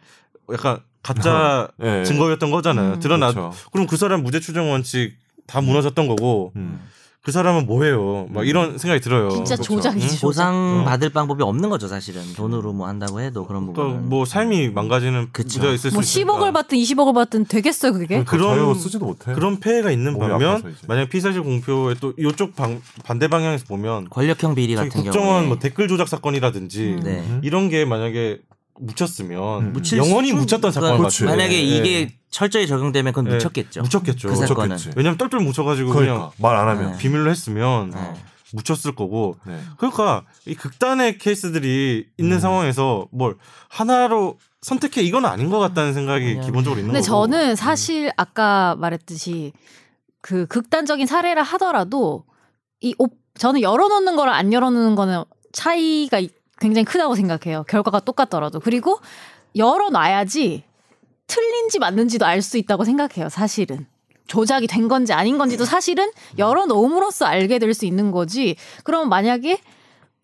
약간 가짜 예, 예. 증거였던 거잖아요. 음. 드러나 그렇죠. 그럼 그 사람 무죄 추정 원칙 다 무너졌던 거고 음. 그 사람은 뭐해요? 막 음. 이런 생각이 들어요. 진짜 그렇죠. 조작이지 조작 보상 어. 받을 방법이 없는 거죠, 사실은. 돈으로 뭐 한다고 해도 그런 그러니까 부분은. 뭐 삶이 망가지는 그쵸. 문제가 있을 뭐 수 있으니까. 그렇죠. 10억을 받든 20억을 받든 되겠어요 예? 그게 그러니까 그런- 자유로 쓰지도 못해. 그런 폐해가 있는 몸이 반면 아파서 이제. 만약 피의사실 공표에 또 이쪽 방- 반대 방향에서 보면 권력형 비리 저기 같은 경우. 국정원 뭐 댓글 조작 사건이라든지 음. 네. 이런 게 만약에 묻혔으면 음. 묻힐 영원히 수- 묻혔던 사건 그건 같아요. 만약에 예. 이게 철저히 적용되면 그건 예. 묻혔겠죠. 묻혔겠죠. 그렇죠. 그 사건은. 묻혔겠지. 왜냐면 똘똘 묻혀가지고 그 그러니까 냥 말 안 하면. 비밀로 했으면 네. 묻혔을 거고 네. 그러니까 이 극단의 케이스들이 음. 있는 상황에서 뭘 하나로 선택해 이건 아닌 것 같다는 생각이 아니야. 기본적으로 있는 근데 거고. 저는 사실 아까 말했듯이 그 극단적인 사례라 하더라도 이 옵, 저는 열어놓는 거랑 안 열어놓는 거는 차이가 이- 굉장히 크다고 생각해요. 결과가 똑같더라도 그리고 열어놔야지 틀린지 맞는지도 알 수 있다고 생각해요. 사실은 조작이 된 건지 아닌 건지도 사실은 열어놓음으로써 알게 될 수 있는 거지. 그럼 만약에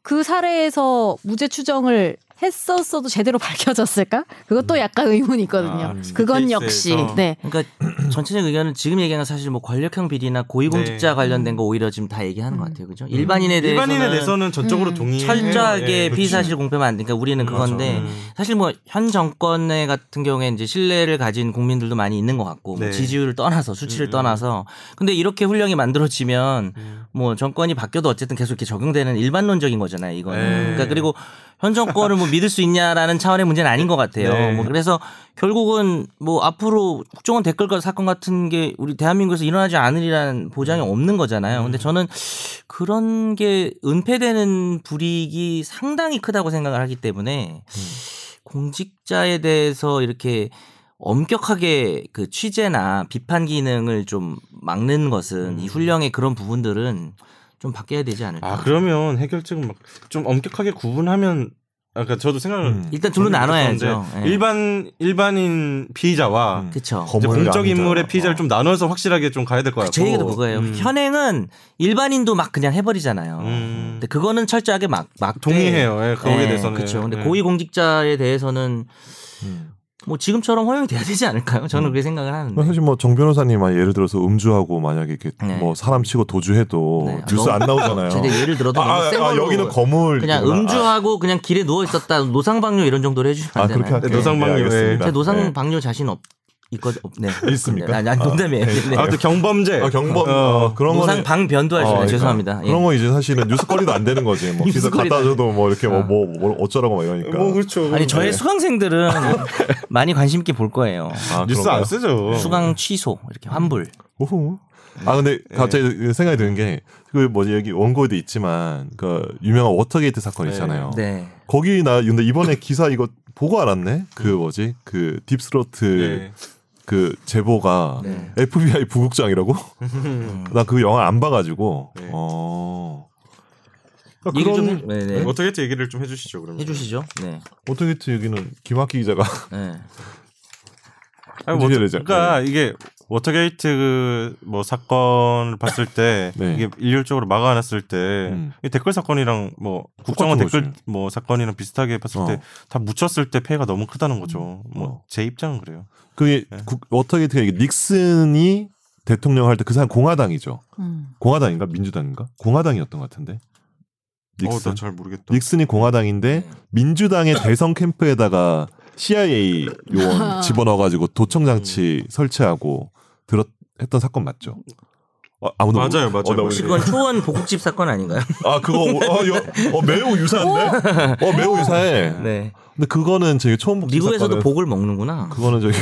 그 사례에서 무죄 추정을 했었어도 제대로 [laughs] 밝혀졌을까? 그것도 약간 의문이 있거든요. 아, 그 그건 케이스에서. 역시 네. 그러니까 [clears throat] 전체적인 의견은 지금 얘기한 건 사실 뭐 권력형 비리나 고위공직자 네. 관련된 거 오히려 지금 다 얘기하는 것 같아요, 그죠? 음. 일반인에 대해서는 일반인에 대해서는 전적으로 음. 동의 철저하게 예, 그렇죠. 피의사실 공표만 안 되니까 음, 우리는 그건데 사실 뭐 현 정권의 같은 경우에 이제 신뢰를 가진 국민들도 많이 있는 것 같고 뭐 네. 지지율을 떠나서 수치를 음. 떠나서 근데 이렇게 훌륭히 만들어지면 뭐 정권이 바뀌어도 어쨌든 계속 이렇게 적용되는 일반론적인 거잖아요 이거는 네. 그러니까 그리고 현 정권을 뭐 믿을 수 있냐라는 차원의 문제는 아닌 것 같아요 네. 뭐 그래서 결국은 뭐 앞으로 국정원 댓글 사건 같은 게 우리 대한민국에서 일어나지 않으리라는 보장이 음. 없는 거잖아요 근데 저는 그런 게 은폐되는 불이익이 상당히 크다고 생각을 하기 때문에 음. 공직자에 대해서 이렇게 엄격하게 그 취재나 비판 기능을 좀 막는 것은 이 훈령의 그런 부분들은 좀 바뀌어야 되지 않을까. 음. 아 그러면 해결책은 막 좀 엄격하게 구분하면 아까 그러니까 저도 생각을 음. 일단 둘로 나눠야죠. 했었는데 예. 일반 일반인 피의자와 음. 아, 그쵸. 아, 이제 범을 공적 양자. 인물의 피의자를 어. 좀 나눠서 확실하게 좀 가야 될 것 같고 제 얘기도 그거예요. 음. 현행은 일반인도 막 그냥 해버리잖아요. 음. 어. 근데 그거는 철저하게 막, 막. 동의해요. 예, 거기에 대해서는. 그쵸. 근데 예. 고위공직자에 대해서는 음. 뭐 지금처럼 허용이 돼야 되지 않을까요? 저는 그렇게 생각을 하는데. 사실 음. 뭐 정 변호사님 만 예를 들어서 음주하고 만약에 이렇게 네. 뭐 사람 치고 도주해도 네. 뉴스 안 나오잖아요. 제가 예를 들어도 아, 너무 아, 센 아, 걸로 여기는 거물 그냥 이거구나. 음주하고 그냥 길에 누워 있었다 노상방뇨 이런 정도로 해주시면 아, 안 아, 되나요? 그렇게 할게요. 노상방뇨, 네, 알겠습니다. 제 네. 노상방뇨 자신 없 있거 없네. 있습니까? 아니, 아니 농담이에요. 아, 네. 아, 또 경범죄. 아, 경범 어. 어, 그런 거는 노상방변도 어, 하시네 그러니까. 죄송합니다. 예. 그런 거 이제 사실은 뉴스거리도 안 되는 [laughs] 거지. 뭐 기사 뉴스거리도 갖다 안 줘도 뭐 이렇게 아. 뭐 뭐 뭐 어쩌라고 막 이러니까. 뭐 그렇죠. 아니 저의 네. [laughs] 수강생들은 많이 관심 있게 볼 거예요. 아, 뉴스 그런가요? 안 쓰죠. 수강 취소 이렇게 환불. 음, 오호. 네. 아 근데 갑자기 생각이 드는 게 그 뭐지 여기 원고에도 있지만 그 유명한 워터게이트 사건 있잖아요. 네. 거기 나 근데 이번에 기사 이거 보고 알았네. 그 뭐지 그 딥스로트 음. 네. 그 제보가 네. [laughs] FBI 부국장이라고? 나 그 영화 안 봐가지고. 네. 어. 얘기 그러니까 그런 좀 네, 네. 어떻게 했지? 얘기를 좀 해주시죠. 그러면. 해주시죠. 네. 워터게이트 얘기는 김학기 기자가 네. 아니, 뭐, 해주셔야죠. 그러니까 이게 워터게이트 그뭐 사건을 봤을 때 [laughs] 네. 이게 일률적으로 막아놨을 때 음. 이 댓글 사건이랑 뭐 국정원 똑같은 댓글 거지. 뭐 사건이랑 비슷하게 봤을 어. 때 다 묻혔을 때 피해가 너무 크다는 거죠. 뭐 어. 제 입장은 그래요. 그게 네. 국- 워터게이트가 이게 닉슨이 대통령 할 때 그 사람 공화당이죠. 음. 공화당인가 민주당인가? 공화당이었던 것 같은데. 닉슨. 어, 어나잘 모르겠다. 닉슨이 공화당인데 네. [coughs] 민주당의 대선 캠프에다가 CIA [laughs] 요원 집어넣어가지고 도청 장치 음. 설치하고 들었 했던 사건 맞죠? 아, 아무도 모르- 맞아요, 맞아요. 어, 나 혹시 모르겠네. 그건 초원 보국집 사건 [laughs] 아닌가요? 아 그거 어, 여, 어 매우 유사한데? 어 매우 유사해. 네. 근데 그거는 저기 처음 본 미국에서도 사건은- 복을 먹는구나. 그거는 저기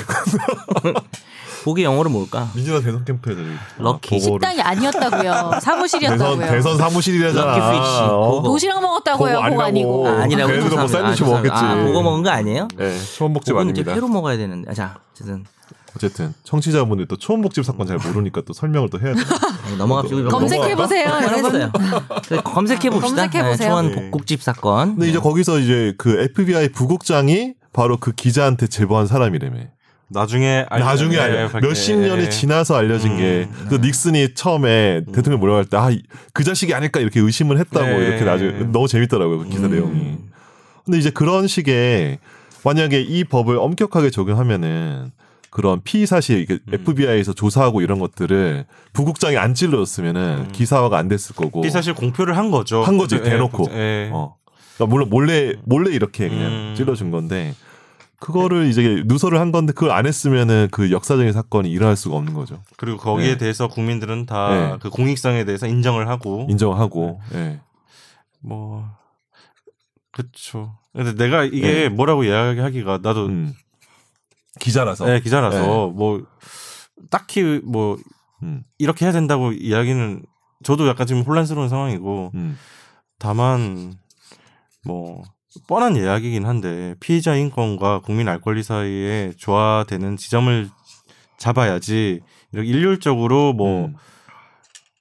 복의 영어로 뭘까? 민주당 대선 캠프에서 럭키. 식당이 아니었다고요. 대선 사무실이었다고요. 대선 사무실이라잖아. 럭키 피치. 어. 그거. 도시락 먹었다고요. 그거 그거 아니고. 아니라고. 아, 아니라고 걔네들은 죄송합니다. 뭐 샌드위치 아, 먹었겠지. 죄송합니다. 아, 보고 먹은 거 아니에요? 네, 초원복집 그건 이제 아닙니다. 회로 먹어야 되는데. 아, 자, 어쨌든 어쨌든 청취자분들 또 초원복집 사건 잘 모르니까 또 설명을 또 해야 돼. 넘어갑시다. 이거 검색해 보세요. 넘어갔어요. 그래, 검색해 봅시다. 검색해보세요. 초원 네. 복국집 사건. 근데 네. 이제 거기서 이제 그 FBI 부국장이 바로 그 기자한테 제보한 사람이라며. 나중에 알- 나중에 예, 알려 밝- 예, 몇십 음, 년이 예. 지나서 알려진 게 그 닉슨이 처음에 대통령 몰려갈 때 아 그 자식이 아닐까 이렇게 의심을 했다고 네. 음. 이렇게 나중에 너무 재밌더라고요 그 기사 내용이. 근데 이제 그런 식의 만약에 이 법을 엄격하게 적용하면은 그런 피의 사실 이게 음. FBI에서 조사하고 이런 것들을 부국장이 안 찔러줬으면은 기사화가 안 됐을 거고. 이 음. 사실 공표를 한 거죠. 한 거지, 예, 대놓고. 예. 어. 그러니까 물론 몰래 몰래 이렇게 그냥 음. 찔러준 건데 그거를 이제 누설을 한 건데 그걸 안 했으면은 그 역사적인 사건이 일어날 수가 없는 거죠. 그리고 거기에 네. 대해서 국민들은 다 그 공익성에 대해서 인정을 하고 인정하고. 예. 뭐 그쵸. 근데 내가 이게 뭐라고 이야기하기가 나도 네. 음. 기자라서. 네, 기자라서 뭐 딱히 뭐 음. 이렇게 해야 된다고 이야기는 저도 약간 지금 혼란스러운 상황이고 음. 다만 뭐 뻔한 이야기긴 한데 피의자 인권과 국민 알 권리 사이에 조화되는 지점을 잡아야지 이렇게 일률적으로 뭐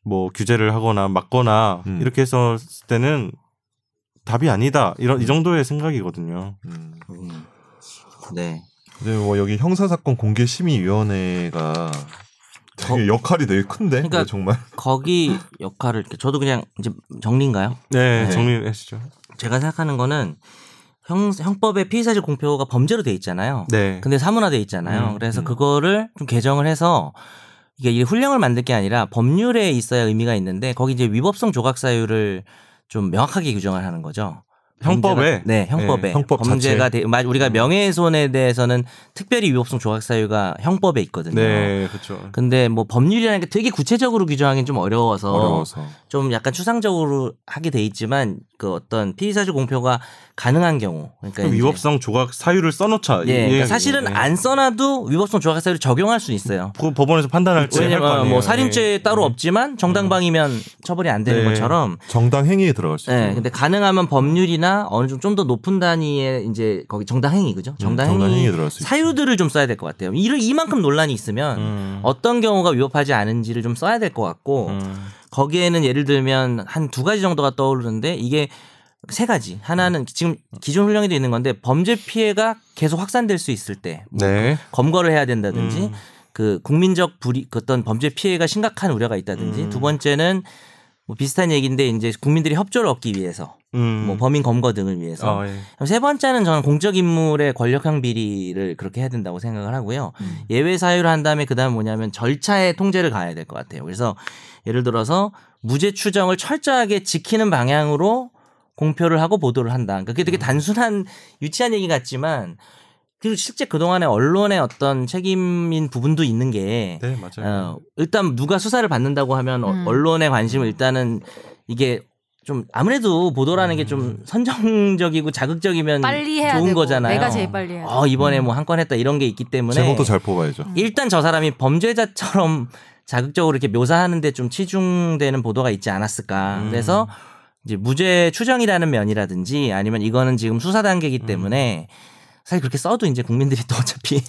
뭐 음. 규제를 하거나 막거나 음. 이렇게 했을 때는 답이 아니다 이런 이 정도의 생각이거든요. 음. 음. 네. 이제 뭐 여기 형사사건 공개심의위원회가 되게 역할이 되게 큰데 그러니까- 이거 정말 거기 역할을 이렇게 저도 그냥 이제 정리인가요? 네, 네. 정리하시죠. 제가 생각하는 거는 형 형법에 피의사실 공표가 범죄로 돼 있잖아요. 네. 근데 사문화돼 음, 있잖아요. 그래서 음. 그거를 좀 개정을 해서 이게 이 훈령을 만들 게 아니라 법률에 있어야 의미가 있는데 거기 이제 위법성 조각 사유를 좀 명확하게 규정을 하는 거죠. 형법에? 범죄가- 네 형법에 네, 형법 음. 범죄가 돼- 마- 우리가 명예훼손에 대해서는 특별히 위법성 조각 사유가 형법에 있거든요. 네, 그렇죠. 근데 뭐 법률이라는 게 되게 구체적으로 규정하기는 좀 어려워서 어려워서 좀 약간 추상적으로 하게 돼 있지만 그 어떤 피의사실 공표가 가능한 경우 그러니까 그럼 이제- 위법성 조각 사유를 써놓자. 이- 예, 이 그러니까 얘기예요. 사실은 네. 안 써놔도 위법성 조각사유를 적용할 수 있어요. 그 법원에서 판단할지 할 왜냐면 거네요. 뭐 살인죄 네. 따로 없지만 정당방위면 처벌이 안 되는 네. 것처럼. 정당 행위에 들어갈 수 예, 있어요. 근데 가능하면 법률이나 어느 좀 좀 더 높은 단위의 이제 거기 정당행위 그죠? 정당행위 정당행위에 들어갈 수 있죠. 사유들을 좀 써야 될 것 같아요. 이를 이만큼 논란이 있으면 음. 어떤 경우가 위법하지 않은지를 좀 써야 될 것 같고 음. 거기에는 예를 들면 한 두 가지 정도가 떠오르는데 이게 세 가지. 하나는 지금 기존 훈령에도 있는 건데 범죄 피해가 계속 확산될 수 있을 때 네. 검거를 해야 된다든지 음. 그 국민적 불이 그 어떤 범죄 피해가 심각한 우려가 있다든지 음. 두 번째는 뭐 비슷한 얘기인데 이제 국민들이 협조를 얻기 위해서 음. 뭐 범인 검거 등을 위해서 아, 예. 그럼 세 번째는 저는 공적 인물의 권력형 비리를 그렇게 해야 된다고 생각을 하고요. 예외 사유를 한 다음에 그다음 뭐냐면 절차에 통제를 가야 될 것 같아요. 그래서 예를 들어서 무죄 추정을 철저하게 지키는 방향으로 공표를 하고 보도를 한다. 그러니까 그게 되게 단순한 유치한 얘기 같지만 그리고 실제 그동안에 언론의 어떤 책임인 부분도 있는 게 네, 맞아요. 어, 일단 누가 수사를 받는다고 하면 어, 음. 언론의 관심을 일단은 이게 좀 아무래도 보도라는 게 음. 좀 선정적이고 자극적이면 빨리 해야 좋은 되고 거잖아요. 내가 제일 빨리 해야 음. 돼. 어, 이번에 뭐 한 건 했다 이런 게 있기 때문에 음. 제목도 잘 뽑아야죠. 일단 저 사람이 범죄자처럼 자극적으로 이렇게 묘사하는데 좀 치중되는 보도가 있지 않았을까. 음. 그래서 이제 무죄 추정이라는 면이라든지 아니면 이거는 지금 수사 단계이기 음. 때문에 사실 그렇게 써도 이제 국민들이 또 어차피 [laughs] 어,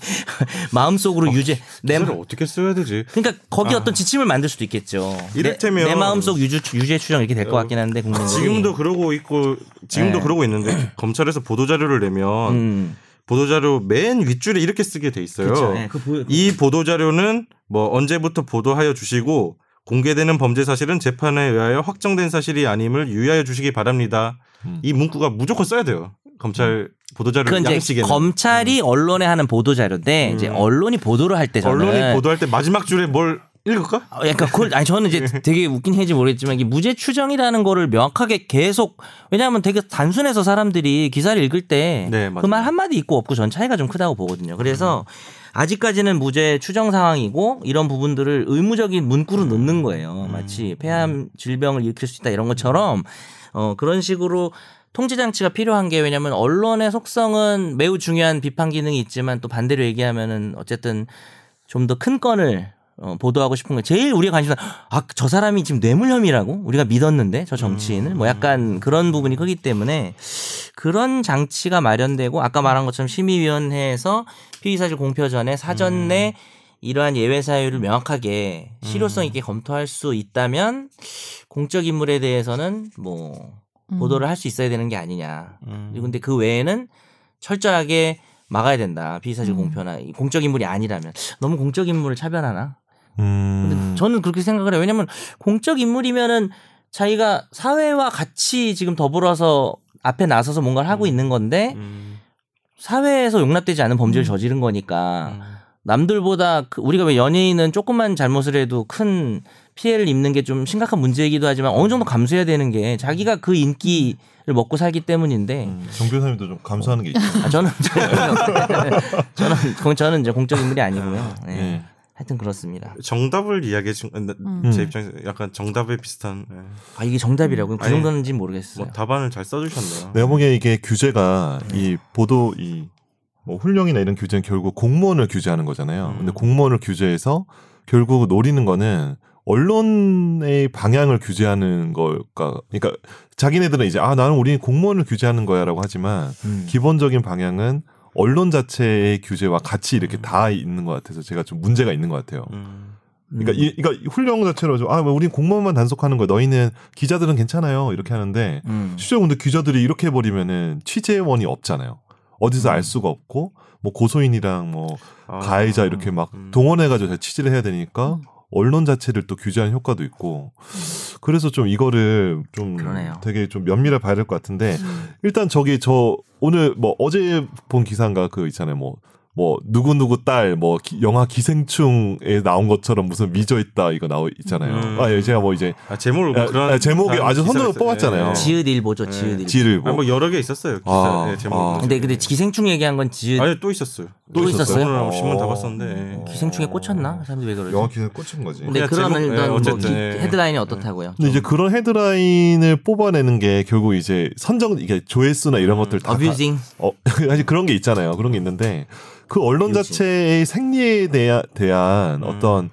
마음속으로 유죄 그 내 기사를 어떻게 써야 되지? 그러니까 거기 아. 어떤 지침을 만들 수도 있겠죠. 이를테면 내, 내 마음속 유주, 유죄 추정 이렇게 될 것 같긴 한데 국민들이 지금도 그러고 있고 지금도 네. 그러고 있는데 [clears throat] 검찰에서 보도 자료를 내면 음. 보도 자료 맨 윗줄에 이렇게 쓰게 돼 있어요. 그렇죠. 네, 그 보- 이 보도 자료는 뭐 언제부터 보도하여 주시고 공개되는 범죄 사실은 재판에 의하여 확정된 사실이 아님을 유의하여 주시기 바랍니다. 음. 이 문구가 무조건 써야 돼요. 검찰 보도 자료 그건 이제 양식에는 검찰이 언론에 하는 보도 자료인데 이제 음. 언론이 보도를 할 때 저는 언론이 보도할 때 마지막 줄에 뭘 읽을까? 어, 약간 그 아니 저는 이제 되게 웃긴 해지 모르겠지만 이게 무죄 추정이라는 거를 명확하게 계속 왜냐하면 되게 단순해서 사람들이 기사를 읽을 때 그 네, 말 맞아요. 한마디 있고 없고 전 차이가 좀 크다고 보거든요. 그래서 아직까지는 무죄 추정 상황이고 이런 부분들을 의무적인 문구로 넣는 음. 거예요. 마치 폐암 질병을 일으킬 수 있다 이런 것처럼 어 그런 식으로 통제 장치가 필요한 게 왜냐면 언론의 속성은 매우 중요한 비판 기능이 있지만 또 반대로 얘기하면은 어쨌든 좀 더 큰 건을 어, 보도하고 싶은 거 제일 우리가 관심사 아 저 사람이 지금 뇌물 혐의라고 우리가 믿었는데 저 정치인을 뭐 약간 그런 부분이 크기 때문에 그런 장치가 마련되고 아까 말한 것처럼 심의위원회에서 피의사실 공표 전에 사전 내 이러한 예외 사유를 명확하게 실효성 있게 검토할 수 있다면 공적 인물에 대해서는 뭐 음. 보도를 할 수 있어야 되는 게 아니냐. 근데 그 외에는 철저하게 막아야 된다. 피의사실 음. 공표나 이 공적 인물이 아니라면 너무 공적 인물을 차별하나? 근데 음. 저는 그렇게 생각을 해요. 왜냐면 공적 인물이면은 자기가 사회와 같이 지금 더불어서 앞에 나서서 음. 뭔가를 하고 있는 건데 음. 사회에서 용납되지 않은 범죄를 음. 저지른 거니까 남들보다 그 우리가 왜 연예인은 조금만 잘못을 해도 큰 피해를 입는 게 좀 심각한 문제이기도 하지만 어느 정도 감수해야 되는 게 자기가 그 인기를 먹고 살기 때문인데 음, 정 교사님도 좀 감수하는 게 있죠. 아, 저는 [laughs] 저는 저는, 저는 이제 공적 인물이 아니고요. 네. 예. 하여튼 그렇습니다. 정답을 이야기해 준 나- 음. 제 입장에서 약간 정답에 비슷한 예. 아 이게 정답이라고요? 그 아니, 예. 정도는지 모르겠어요. 뭐 답안을 잘 써주셨네요. 내가 보기에 이게 규제가 이 보도 이 뭐 훈령이나 이런 규제는 결국 공무원을 규제하는 거잖아요. 음. 근데 공무원을 규제해서 결국 노리는 거는 언론의 방향을 규제하는 걸까? 그러니까 자기네들은 이제 아 나는 우리 공무원을 규제하는 거야라고 하지만 음. 기본적인 방향은 언론 자체의 규제와 같이 이렇게 다 있는 것 같아서 제가 좀 문제가 있는 것 같아요. 음. 그러니까 이 그러니까 훈령 자체로 좀아 우린 공무원만 단속하는 거야. 너희는 기자들은 괜찮아요. 이렇게 하는데 음. 실제로 근데 기자들이 이렇게 해버리면은 취재원이 없잖아요. 어디서 알 수가 없고 뭐 고소인이랑 뭐 음. 아, 가해자 이렇게 막 음. 음. 동원해가지고 다 취재를 해야 되니까 언론 자체를 또 규제하는 효과도 있고 그래서 좀 이거를 좀 그러네요. 되게 좀 면밀하게 봐야 될 것 같은데 음. 일단 저기 저 오늘 뭐 어제 본 기사인가 그 있잖아요 뭐. 뭐 누구 누구 딸 뭐 영화 기생충에 나온 것처럼 무슨 미져 있다 이거 나오 있잖아요. 음. 아 예, 제가 뭐 이제 아, 제목을 뭐 아, 그런 아, 제목이 아주 기사가 있어요. 선동을 뽑았잖아요. 지- 지읒일보죠, 네. 지읒일보. 지를 뭐, 아, 뭐 여러 개 있었어요. 기사. 아, 예, 제목. 아. 근데 근데 기생충 얘기한 건 지읒. 아니 또 있었어요. 예. 예. 또 있었어요? 오늘 신문 다 어. 봤었는데. 예. 기생충에 꽂혔나? 사람들이 왜 그러지? 영화 기사에 꽂힌 거지. 근데 그냥 그런 제목- 일단 예, 뭐 어쨌든, 기- 예. 헤드라인이 어떻다고요? 근데 이제 그런 헤드라인을 뽑아내는 게 결국 이제 선정 이게 조회수나 이런 것들 다 가- 어뷰징. 어, [laughs] 사실 그런 게 있잖아요. 그런 게 있는데 그 언론 그렇지. 자체의 생리에 대하, 대한 음. 어떤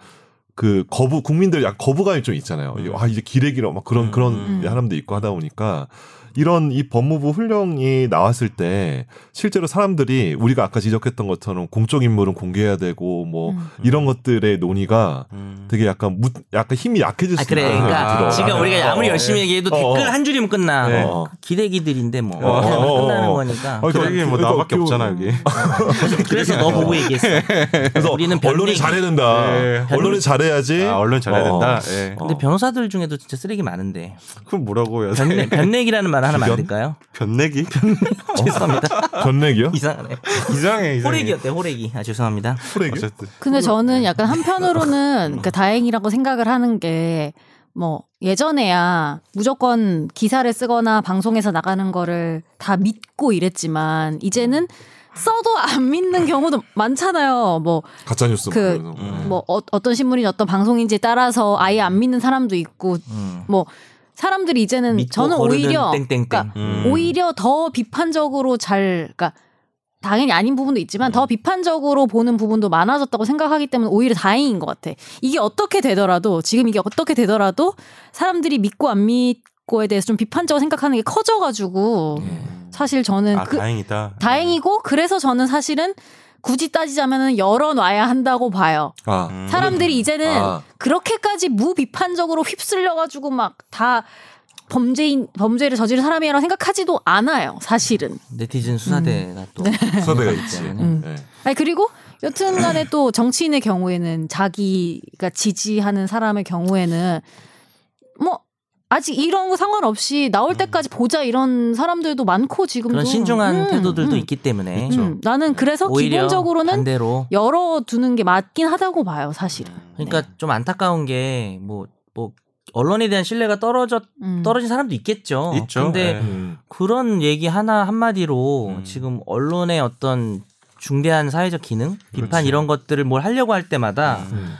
그 거부 국민들 약 거부감이 좀 있잖아요. 음. 이게 아 이제 기레기로 막 그런 그런 음. 사람도 있고 하다 보니까 이런 이 법무부 훈령이 나왔을 때 실제로 사람들이 우리가 아까 지적했던 것처럼 공적 인물은 공개해야 되고 뭐 음. 이런 것들의 논의가 음. 되게 약간 무, 약간 힘이 약해질 수 아 그래. 있는 아, 그러니까 들어. 지금 아, 우리가 어, 아무리 어, 열심히 얘기해도 어, 어. 댓글 한 줄이면 끝나. 네. 어. 기대기들인데 뭐 어, 어. 어떻게 하면 어, 어, 끝나는 어. 거니까. 어, 그러게 뭐 그러니까 나밖에 그- 없잖아 여기. [laughs] 그래서 너 보고 얘기했어. 네. 그래서 우리는 변 언론이 얘기. 잘해낸다. 예. 언론이 잘해야지. 아, 언론 잘해야 어. 된다. 예. 근데 변호사들 중에도 진짜 쓰레기 많은데 그럼 뭐라고 해야 돼? 네, 변내, 변내기라는 말 하나 만들까요? 변내기? [laughs] 죄송합니다. 전내기요? [laughs] 이상하네. 이상해 이상해. 호래기였대 호래기. 아 죄송합니다. 프레기? 어쨌든. 근데 네. 저는 약간 한편으로는 그러니까 다행이라고 생각을 하는 게 뭐 예전에야 무조건 기사를 쓰거나 방송에서 나가는 거를 다 믿고 이랬지만 이제는 써도 안 믿는 경우도 많잖아요. 뭐 가짜 뉴스. 그- 뭐 어, 어떤 신문인 어떤 방송인지 에 따라서 아예 안 믿는 사람도 있고 음. 뭐 사람들이 이제는 음, 믿고 저는 거르는 오히려 땡땡땡. 그러니까 음. 오히려 더 비판적으로 잘 그러니까 당연히 아닌 부분도 음. 있지만 더 비판적으로 보는 부분도 많아졌다고 생각하기 때문에 오히려 다행인 것 같아. 이게 어떻게 되더라도 지금 이게 어떻게 되더라도 사람들이 믿고 안 믿고에 대해서 좀 비판적으로 생각하는 게 커져가지고 사실 저는 예. 아 그 다행이다. 다행이고 그래서 저는 사실은 굳이 따지자면은 열어놔야 한다고 봐요. 아. 음. 사람들이 이제는 아. 그렇게까지 무비판적으로 휩쓸려가지고 막 다 범죄인 범죄를 저지른 사람이라고 생각하지도 않아요. 사실은. 네티즌 수사대가 또 수사대가 있기 있지. 때문에. 음. 네. 아니 그리고 여튼간에 또 정치인의 경우에는 자기가 지지하는 사람의 경우에는 뭐 아직 이런 거 상관없이 나올 때까지 보자 이런 사람들도 많고 지금도 음. 그런 신중한 음, 태도들도 음, 있기 때문에 음. 나는 그래서 오히려 기본적으로는 반대로 열어두는 게 맞긴 하다고 봐요 사실은. 그러니까 좀 안타까운 게 뭐 뭐 언론에 대한 신뢰가 떨어져 음. 떨어진 사람도 있겠죠. 있죠. 근데 예. 음. 그런 얘기 하나 한마디로 음. 지금 언론의 어떤 중대한 사회적 기능, 비판 그렇지. 이런 것들을 뭘 하려고 할 때마다 음.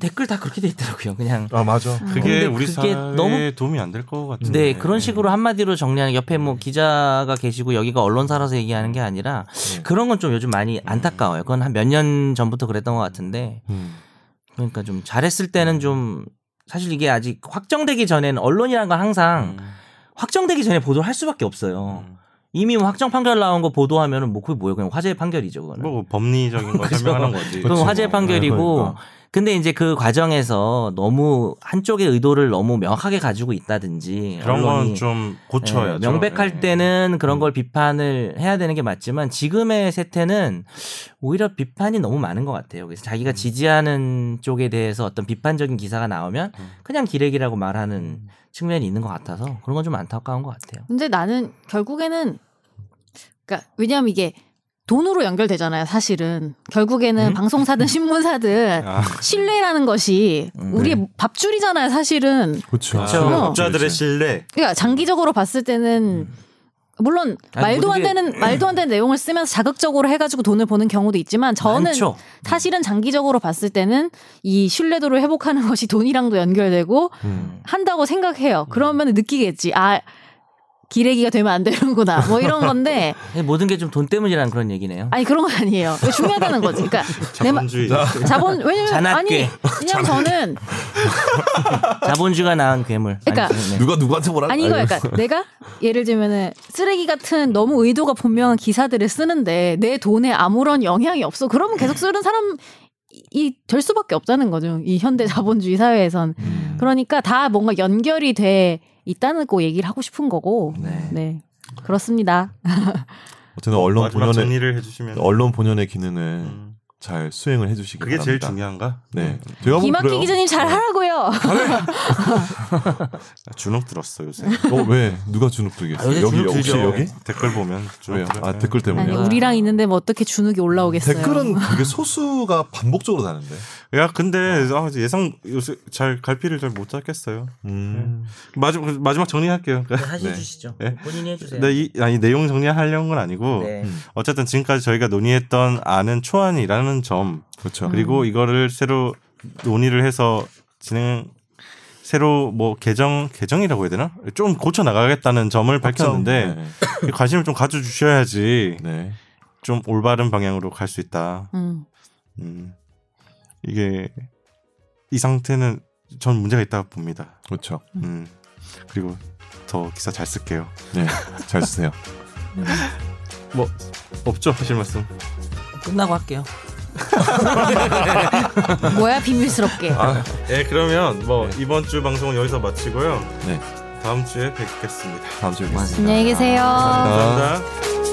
댓글 다 그렇게 돼 있더라고요. 그냥 아 맞아. 음. 그게 근데 우리 사회에 그게 너무- 도움이 안 될 것 같은데. 네, 그런 식으로 한마디로 정리하는 옆에 뭐 기자가 계시고 여기가 언론사라서 얘기하는 게 아니라 그런 건 좀 요즘 많이 안타까워요. 그건 한 몇 년 전부터 그랬던 것 같은데 음. 그러니까 좀 잘했을 때는 좀 사실 이게 아직 확정되기 전에는 언론이라는 건 음. 항상 확정되기 전에 보도를 할 수밖에 없어요. 이미 뭐 확정 판결 나온 거 보도하면은 뭐 그게 뭐예요? 그냥 화재 판결이죠, 그거는. 뭐 그렇죠. 네, 법리적인 거 그죠. 설명하는 거지. 그건 화재 판결이고 그러니까. 근데 이제 그 과정에서 너무 한쪽의 의도를 너무 명확하게 가지고 있다든지 네. 그런 언론이 건 좀 고쳐야죠. 예, 명백할 예. 때는 그런 걸 비판을 해야 되는 게 맞지만 지금의 세태는 오히려 비판이 너무 많은 것 같아요. 그래서 음. 자기가 지지하는 쪽에 대해서 어떤 비판적인 기사가 나오면 음. 그냥 기레기라고 말하는 측면이 있는 것 같아서 그런 건 좀 안타까운 것 같아요. 근데 나는 결국에는 그러니까 왜냐하면 이게 돈으로 연결되잖아요. 사실은 음? 결국에는 [laughs] 방송사든 신문사든 아, 신뢰라는 것이 네. 음, 우리의 네. 밥줄이잖아요. 사실은 그렇죠. 아, 그렇죠. 독자들의 신뢰. 그러니까 장기적으로 봤을 때는 물론 음. 아니, 뭐 말도 안 모든 게- 되는 말도 안 되는 내용을 쓰면서 자극적으로 해가지고 돈을 버는 경우도 있지만 저는 많죠. 사실은 장기적으로 봤을 때는 이 신뢰도를 회복하는 [laughs] 것이 돈이랑도 연결되고 음. 한다고 생각해요. 그러면 느끼겠지. 아 기레기가 되면 안 되는구나. 뭐 이런 [laughs] 건데 음. 모든 게 좀 돈 때문이라는 그런 얘기네요. 아니 그런 건 아니에요. 중요하다는 거지. 그러니까 네, 내 마, 자본주의. 자본 왜냐면 잔악계. 아니 왜냐면 저는 자본주의가 낳은 괴물. 그러니까 아니, 네. 누가 누구한테 뭐라? 아니 이거 약간 내가 예를 들면은 쓰레기 같은 너무 의도가 분명한 기사들을 쓰는데 내 돈에 아무런 영향이 없어. 그러면 계속 쓰는 사람 이 될 수밖에 없다는 거죠. 이 현대 자본주의 사회에선 음. 그러니까 다 뭔가 연결이 돼 있다는 거 얘기를 하고 싶은 거고. 네. 네. 그렇습니다. 어쨌든 언론 마지막 본연의 정리를 해주시면. 언론 본연의 기능을 음. 잘 수행을 해주시기 그게 바랍니다. 제일 중요한가? 음. 네, 제가 보면 김학기 그래요. 기자님 잘 하라고요. 아, 주눅 들었어 요새. 어, 왜 누가 주눅 들겠어? 아, 요새 요 여기 주눅 혹시 들죠. 여기? 댓글 보면 왜요? 주눅 들어요. 아 댓글 아니 때문에. 요 뭐야. 우리랑 있는데 뭐 어떻게 주눅이 올라오겠어요. 댓글은 [laughs] 되게 소수가 반복적으로 다는데. 야 근데 아, 예상 요새 잘 갈피를 잘 못 잡겠어요. 음. 마지막 마지막 정리할게요. 그러니까 하시 네. 주시죠. 네. 음. 본인이 해주세요. 근데 이 아니 내용 정리하려는 건 아니고 네. 어쨌든 지금까지 저희가 논의했던 안은 초안이라는 점 그렇죠. 그리고 음. 이거를 새로 논의를 해서 진행 새로 뭐 개정 개정이라고 해야 되나 좀 고쳐 나가겠다는 점을 밝혔는데 관심을 좀 가져주셔야지 네. 네. 좀 올바른 방향으로 갈 수 있다. 음. 음. 이게 이 상태는 전 문제가 있다고 봅니다. 그렇죠. 음. 그리고 더 기사 잘 쓸게요. 네, 잘 쓰세요. 뭐 없죠 하실 말씀? 끝나고 할게요. 뭐야 비밀스럽게. 예 그러면 뭐 이번 주 방송은 여기서 마치고요. 네, 다음 주에 뵙겠습니다. 다음 주에 뵙겠습니다. 안녕히 계세요. 감사합니다. 감사합니다.